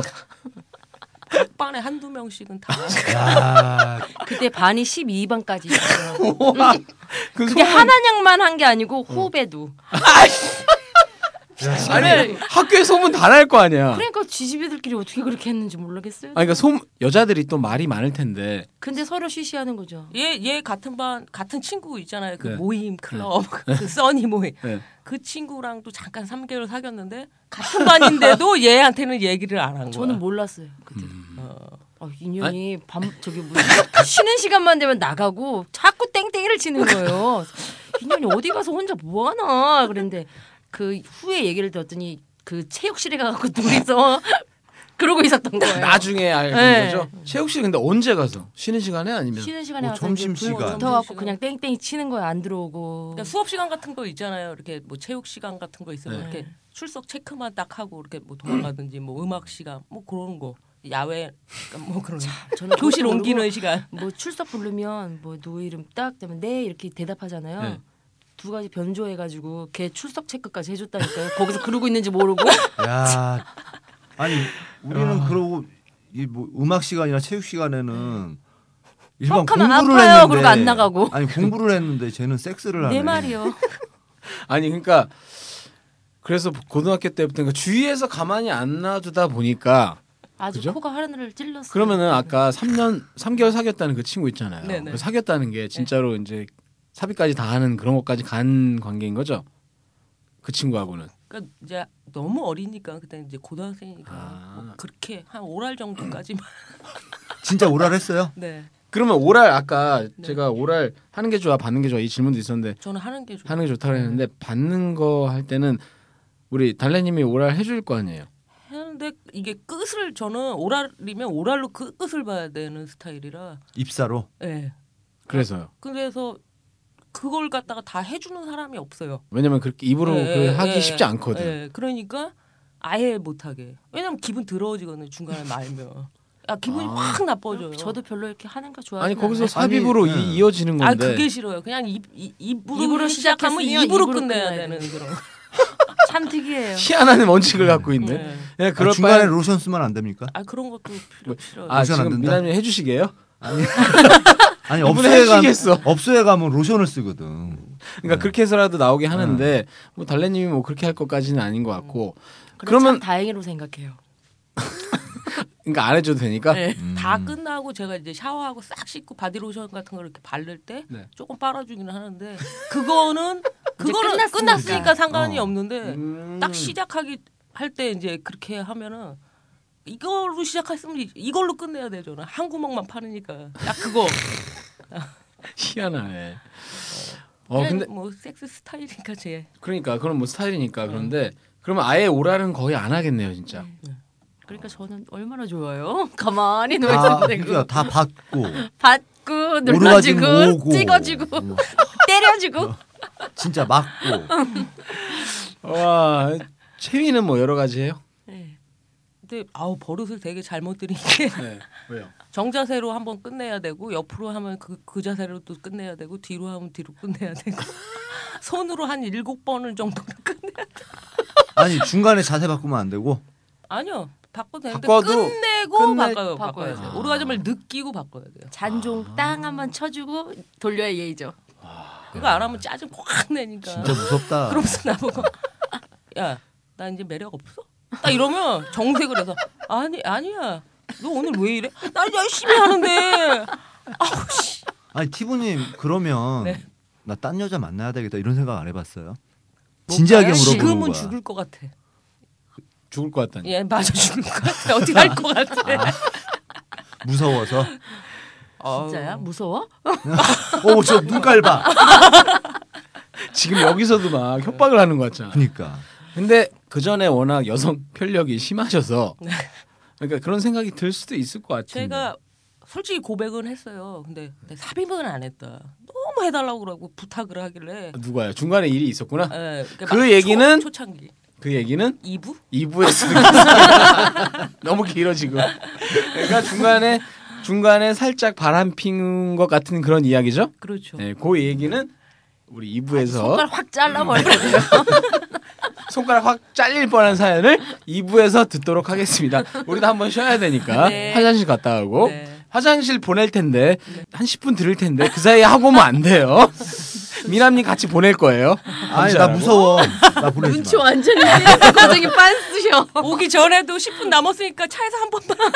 [SPEAKER 4] 빵에 한두 명씩은
[SPEAKER 1] *laughs*
[SPEAKER 4] 다.
[SPEAKER 2] 야,
[SPEAKER 3] 그때 반이 12반까지 있어요.
[SPEAKER 1] 그
[SPEAKER 3] 그게
[SPEAKER 1] 소문-
[SPEAKER 3] 하나냥만 한 게 아니고 호배도.
[SPEAKER 1] 아니 학교에 소문 다 날 거 아니야.
[SPEAKER 3] 그러니까 지지배들끼리 어떻게 그렇게 했는지 모르겠어요.
[SPEAKER 1] 아니 그러니까 소 여자들이 또 말이 많을 텐데
[SPEAKER 3] 근데 서로 쉬쉬하는 거죠.
[SPEAKER 4] 얘, 얘 같은 반 같은 친구 있잖아요. 그
[SPEAKER 1] 네.
[SPEAKER 4] 모임 클럽 그 써니 모임.
[SPEAKER 1] 네.
[SPEAKER 4] 그 친구랑도 잠깐 3개월 사귀었는데
[SPEAKER 3] *laughs*
[SPEAKER 4] 같은 반인데도 얘한테는 얘기를 안 한 거야.
[SPEAKER 3] 저는 몰랐어요. 그때.
[SPEAKER 4] 어.
[SPEAKER 3] 아, 인연이 밤 저기 무슨 쉬는 시간만 되면 나가고 자꾸 땡땡이를 치는 거예요. 인연이 어디 가서 혼자 뭐 하나 그랬는데 그 후에 얘기를 들었더니 그 체육실에 가갖고 *laughs* 둘이서 그러고 있었던 거예요.
[SPEAKER 1] 나중에 알게
[SPEAKER 3] 네.
[SPEAKER 1] 거죠. 체육 씨 근데 언제 가서 쉬는 시간에 아니면
[SPEAKER 3] 쉬는 시간에
[SPEAKER 2] 뭐
[SPEAKER 3] 가서 이제
[SPEAKER 2] 점심시간.
[SPEAKER 3] 붙어갖고
[SPEAKER 4] 점심시간.
[SPEAKER 3] 그냥 땡땡이 치는 거예요. 안 들어오고.
[SPEAKER 4] 그러니까 수업 시간 같은 거 있잖아요. 이렇게 뭐 체육 시간 같은 거 있으면
[SPEAKER 3] 네.
[SPEAKER 4] 이렇게 출석 체크만 딱 하고 이렇게 뭐 도망가든지 뭐 음악 시간 뭐 그런 거 야외
[SPEAKER 3] *laughs*
[SPEAKER 4] 그러니까 뭐 그런 거.
[SPEAKER 3] 저는
[SPEAKER 4] 교실
[SPEAKER 3] 그것도
[SPEAKER 4] 옮기는
[SPEAKER 3] 모르고
[SPEAKER 4] 시간.
[SPEAKER 3] 뭐 출석 부르면 뭐 누구 이름 딱 되면 네 이렇게 대답하잖아요.
[SPEAKER 1] 네.
[SPEAKER 3] 두 가지 변조해가지고 걔 출석 체크까지 해줬다니까요. 거기서 그러고 있는지 모르고 *laughs*
[SPEAKER 2] 야, 아니 우리는 그러고 이 뭐 음악 시간이나 체육 시간에는 일반
[SPEAKER 3] 네. 턱하면
[SPEAKER 2] 공부를
[SPEAKER 3] 아파요.
[SPEAKER 2] 했는데
[SPEAKER 3] 그러고 안 나가고.
[SPEAKER 2] 아니 공부를 했는데 쟤는 섹스를 하네.
[SPEAKER 3] 내 말이요.
[SPEAKER 1] 아니 그러니까 그래서 고등학교 때부터 그러니까 주위에서 가만히 안 놔두다 보니까
[SPEAKER 3] 아주
[SPEAKER 1] 그죠?
[SPEAKER 3] 코가 하늘을 찔렀어요.
[SPEAKER 1] 그러면은 아까 3년 3개월 사귀었다는 그 친구 있잖아요.
[SPEAKER 4] 네네.
[SPEAKER 1] 그 사귀었다는 게 진짜로
[SPEAKER 3] 네.
[SPEAKER 1] 이제 사비까지 다 하는 그런 것까지 간 관계인 거죠. 그 친구하고는
[SPEAKER 4] 그러니까 이제 너무 어리니까 그때 이제 고등학생이니까
[SPEAKER 1] 아.
[SPEAKER 4] 뭐 그렇게 한 오랄 정도까지만.
[SPEAKER 2] 진짜 오랄했어요.
[SPEAKER 4] 네.
[SPEAKER 1] 그러면 오랄
[SPEAKER 3] 네.
[SPEAKER 1] 아까 제가 오랄 하는 게 좋아 받는 게 좋아 이 질문도 있었는데
[SPEAKER 4] *laughs* 저는 하는 게 좋아요.
[SPEAKER 1] 하는 게 좋다고 했는데 받는 거 할 때는 우리 달래님이 오랄 해줄 거 아니에요.
[SPEAKER 4] 하는데 이게 끝을 저는 오랄이면 오랄로 그 끝을 봐야 되는 스타일이라.
[SPEAKER 2] 입사로.
[SPEAKER 4] 예.
[SPEAKER 3] 네.
[SPEAKER 1] 그래서요.
[SPEAKER 4] 그래서 그걸 갖다가 다 해주는 사람이 없어요.
[SPEAKER 1] 왜냐면 그렇게 입으로
[SPEAKER 4] 예,
[SPEAKER 1] 그
[SPEAKER 4] 예,
[SPEAKER 1] 하기
[SPEAKER 4] 예.
[SPEAKER 1] 쉽지 않거든.
[SPEAKER 4] 예, 그러니까 아예 못하게. 왜냐면 기분 더러워지거든요. 중간에 말면. 아 기분이
[SPEAKER 1] 아.
[SPEAKER 4] 확 나빠져요.
[SPEAKER 3] 저도 별로 이렇게 하는 거 좋아해요.
[SPEAKER 1] 아니 거기서 삽입으로
[SPEAKER 2] 아니,
[SPEAKER 1] 이,
[SPEAKER 2] 예.
[SPEAKER 1] 이어지는
[SPEAKER 4] 아
[SPEAKER 1] 건데.
[SPEAKER 4] 그게 싫어요. 그냥 입, 입 입으로,
[SPEAKER 3] 입으로
[SPEAKER 4] 시작하면
[SPEAKER 3] 시작했으면
[SPEAKER 4] 입으로,
[SPEAKER 3] 입으로
[SPEAKER 4] 끝내야
[SPEAKER 3] 끝나야
[SPEAKER 4] 되는 그런.
[SPEAKER 3] 참 특이해요.
[SPEAKER 1] 희한한 원칙을 갖고 있네.
[SPEAKER 4] 예.
[SPEAKER 1] 그냥
[SPEAKER 2] 아,
[SPEAKER 1] 그럴
[SPEAKER 2] 중간에
[SPEAKER 1] 바에-
[SPEAKER 2] 로션 쓰면 안 됩니까?
[SPEAKER 4] 아 그런 것도 필요 싫어요.
[SPEAKER 1] 아
[SPEAKER 2] 로션 안
[SPEAKER 1] 지금
[SPEAKER 2] 된다?
[SPEAKER 1] 미남님 해주시게요?
[SPEAKER 2] 아니
[SPEAKER 1] 이분은
[SPEAKER 2] 업소에 가면
[SPEAKER 1] 해주시겠어.
[SPEAKER 2] 업소에 가면 로션을 쓰거든.
[SPEAKER 1] 그러니까 그렇게 해서라도 나오게
[SPEAKER 2] 네.
[SPEAKER 1] 하는데 뭐 달래님이
[SPEAKER 4] 음. 그렇죠.
[SPEAKER 1] 뭐 그렇게 할 것까지는 아닌 것 같고
[SPEAKER 3] 그러면
[SPEAKER 1] 그러면
[SPEAKER 3] 참 다행이라고 생각해요.
[SPEAKER 1] 그러니까 안 해줘도 되니까.
[SPEAKER 4] 네. 다 끝나고 제가 이제 샤워하고 싹 씻고 바디로션 같은 걸 이렇게 바를 때
[SPEAKER 1] 네.
[SPEAKER 4] 조금 빨아주기는 하는데
[SPEAKER 8] *laughs*
[SPEAKER 4] 그거는 그거는
[SPEAKER 8] 끝났으니까.
[SPEAKER 4] 끝났으니까
[SPEAKER 1] 어.
[SPEAKER 4] 상관이 없는데
[SPEAKER 1] 음.
[SPEAKER 4] 딱 시작하기 할 때 이제 그렇게 하면은 이걸로 시작했으면 이- 이걸로 끝내야 돼 저는 한 구멍만 파니까 딱 그거
[SPEAKER 1] *laughs* 희한하네. 어
[SPEAKER 4] 그냥
[SPEAKER 1] 근데
[SPEAKER 4] 뭐 섹스 스타일이니까 제
[SPEAKER 1] 그러니까 그건 뭐
[SPEAKER 4] 네.
[SPEAKER 1] 스타일이니까 그런데 그러면 아예 오랄은 거의 안 하겠네요 진짜.
[SPEAKER 8] 그러니까 저는 얼마나
[SPEAKER 3] *laughs*
[SPEAKER 8] 좋아요. 가만히 누워
[SPEAKER 2] 다,
[SPEAKER 8] 있으면 되고
[SPEAKER 2] 그러니까 다 받고
[SPEAKER 8] 받고
[SPEAKER 2] 오르가즘
[SPEAKER 8] 눌러주고
[SPEAKER 2] 오고
[SPEAKER 8] 찍어주고
[SPEAKER 2] 음,
[SPEAKER 8] 때려주고
[SPEAKER 2] 진짜 맞고
[SPEAKER 1] 와 채위는 뭐 여러 가지예요.
[SPEAKER 4] 네. 근데 아우 버릇을 되게 잘못 들인 게
[SPEAKER 1] 네 왜요?
[SPEAKER 4] 정자세로 한번 끝내야 되고 옆으로 하면 그, 그 자세로 또 끝내야 되고 뒤로 하면 뒤로 끝내야 되고 *laughs* 손으로 한 일곱 번을 정도 끝내
[SPEAKER 2] 아니 중간에 자세 바꾸면 안 되고
[SPEAKER 4] 아니요 바꿔도 되는데
[SPEAKER 1] 바꿔도
[SPEAKER 4] 끝내고
[SPEAKER 1] 끝내-
[SPEAKER 8] 바꿔야
[SPEAKER 4] 바꿔요 바꿔야
[SPEAKER 8] 돼요.
[SPEAKER 4] 돼요 오르가즘을 느끼고 바꿔야 돼요
[SPEAKER 8] 잔종 땅 한번 쳐주고 돌려야 예의죠.
[SPEAKER 4] 그거 안 하면 짜증 확 내니까
[SPEAKER 2] 아, 진짜 무섭다.
[SPEAKER 4] 그러면서 나보고 *laughs* 야 나 이제 매력 없어? 딱 이러면 정색을 해서 아니 아니야 너 오늘 왜 이래? 나 열심히 하는데
[SPEAKER 2] 아니 티브님 그러면
[SPEAKER 4] 네.
[SPEAKER 2] 나 딴 여자 만나야 되겠다 이런 생각 안 해봤어요? 진지하게 물어보는
[SPEAKER 4] 뭐, 지금은
[SPEAKER 2] 거야.
[SPEAKER 4] 죽을 것 같아
[SPEAKER 1] 죽을 것 같다니.
[SPEAKER 4] 예 맞아 죽을 것 같아 어떻게 할 것 같아
[SPEAKER 2] 무서워서. 아,
[SPEAKER 4] 어.
[SPEAKER 8] 진짜야? 무서워?
[SPEAKER 2] 어, 오저 눈깔봐.
[SPEAKER 1] 지금 여기서도 막 협박을 하는 것 같잖아.
[SPEAKER 2] 그러니까
[SPEAKER 1] 네. 근데 그 전에 워낙 여성 편력이 심하셔서 그러니까 그런 생각이 들 수도 있을 것 같은데.
[SPEAKER 4] 제가 솔직히 고백은 했어요 근데, 근데 삽입은 안 했다 너무 해달라고 그러고 부탁을 하길래
[SPEAKER 1] 누가요? 중간에 일이 있었구나.
[SPEAKER 4] 예, 그러니까
[SPEAKER 1] 그
[SPEAKER 4] 막
[SPEAKER 1] 얘기는-
[SPEAKER 4] 초, 초창기
[SPEAKER 1] 그 얘기는
[SPEAKER 4] 2부
[SPEAKER 1] 2부에서 *laughs* 너무 길어 지금. 그러니까 중간에 중간에 살짝 바람 피는 것 같은 그런 이야기죠.
[SPEAKER 4] 그렇죠
[SPEAKER 1] 네, 그 얘기는 우리 2부에서
[SPEAKER 8] 손가락 확 잘라버려.
[SPEAKER 1] *laughs* 손가락 확 잘릴 뻔한 사연을 2부에서 듣도록 하겠습니다. 우리도 한번 쉬어야 되니까
[SPEAKER 4] 네.
[SPEAKER 1] 화장실 갔다 오고
[SPEAKER 4] 네.
[SPEAKER 1] 화장실 보낼 텐데 한 10분 들을 텐데 그 사이에 하고 오면 안 돼요. *laughs* 미남님 같이 보낼 거예요.
[SPEAKER 2] 아니 나 무서워. 나 보내지
[SPEAKER 8] 눈치
[SPEAKER 2] 마.
[SPEAKER 8] 완전히 띄어서 고정이 빤쓰셔.
[SPEAKER 4] 오기 전에도 10분 남았으니까 차에서 한 번만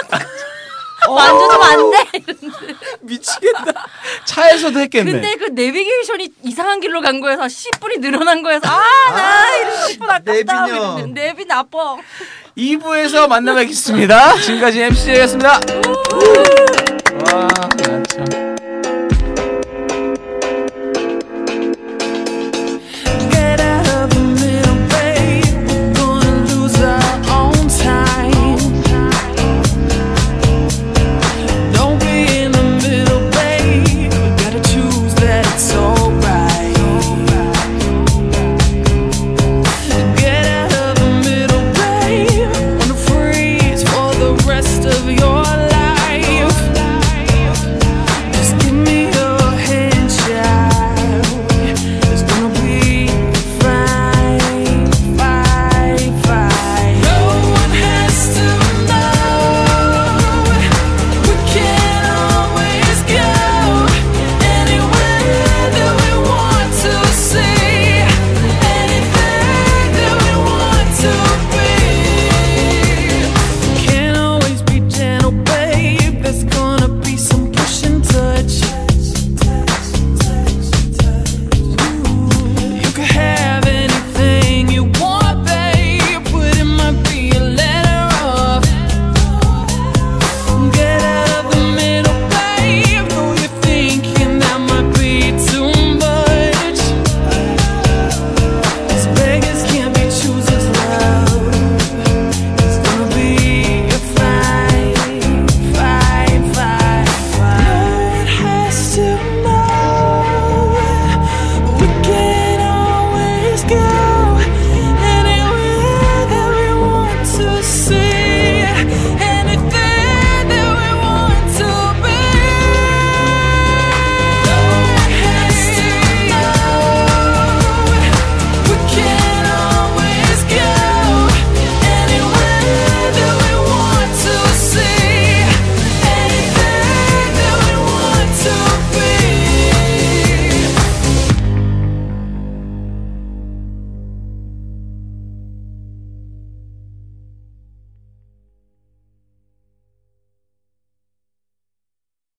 [SPEAKER 8] 만져주면 안 돼.
[SPEAKER 1] 미치겠다. 차에서도 했겠네.
[SPEAKER 8] 근데 그 내비게이션이 이상한 길로 간 거여서 10분이 늘어난 거여서 아나 이런 10분 아깝다.
[SPEAKER 2] 내비녀.
[SPEAKER 8] 이랬는데 내비 나빠.
[SPEAKER 1] 2부에서 만나뵙겠습니다. 지금까지 MC였습니다. 와.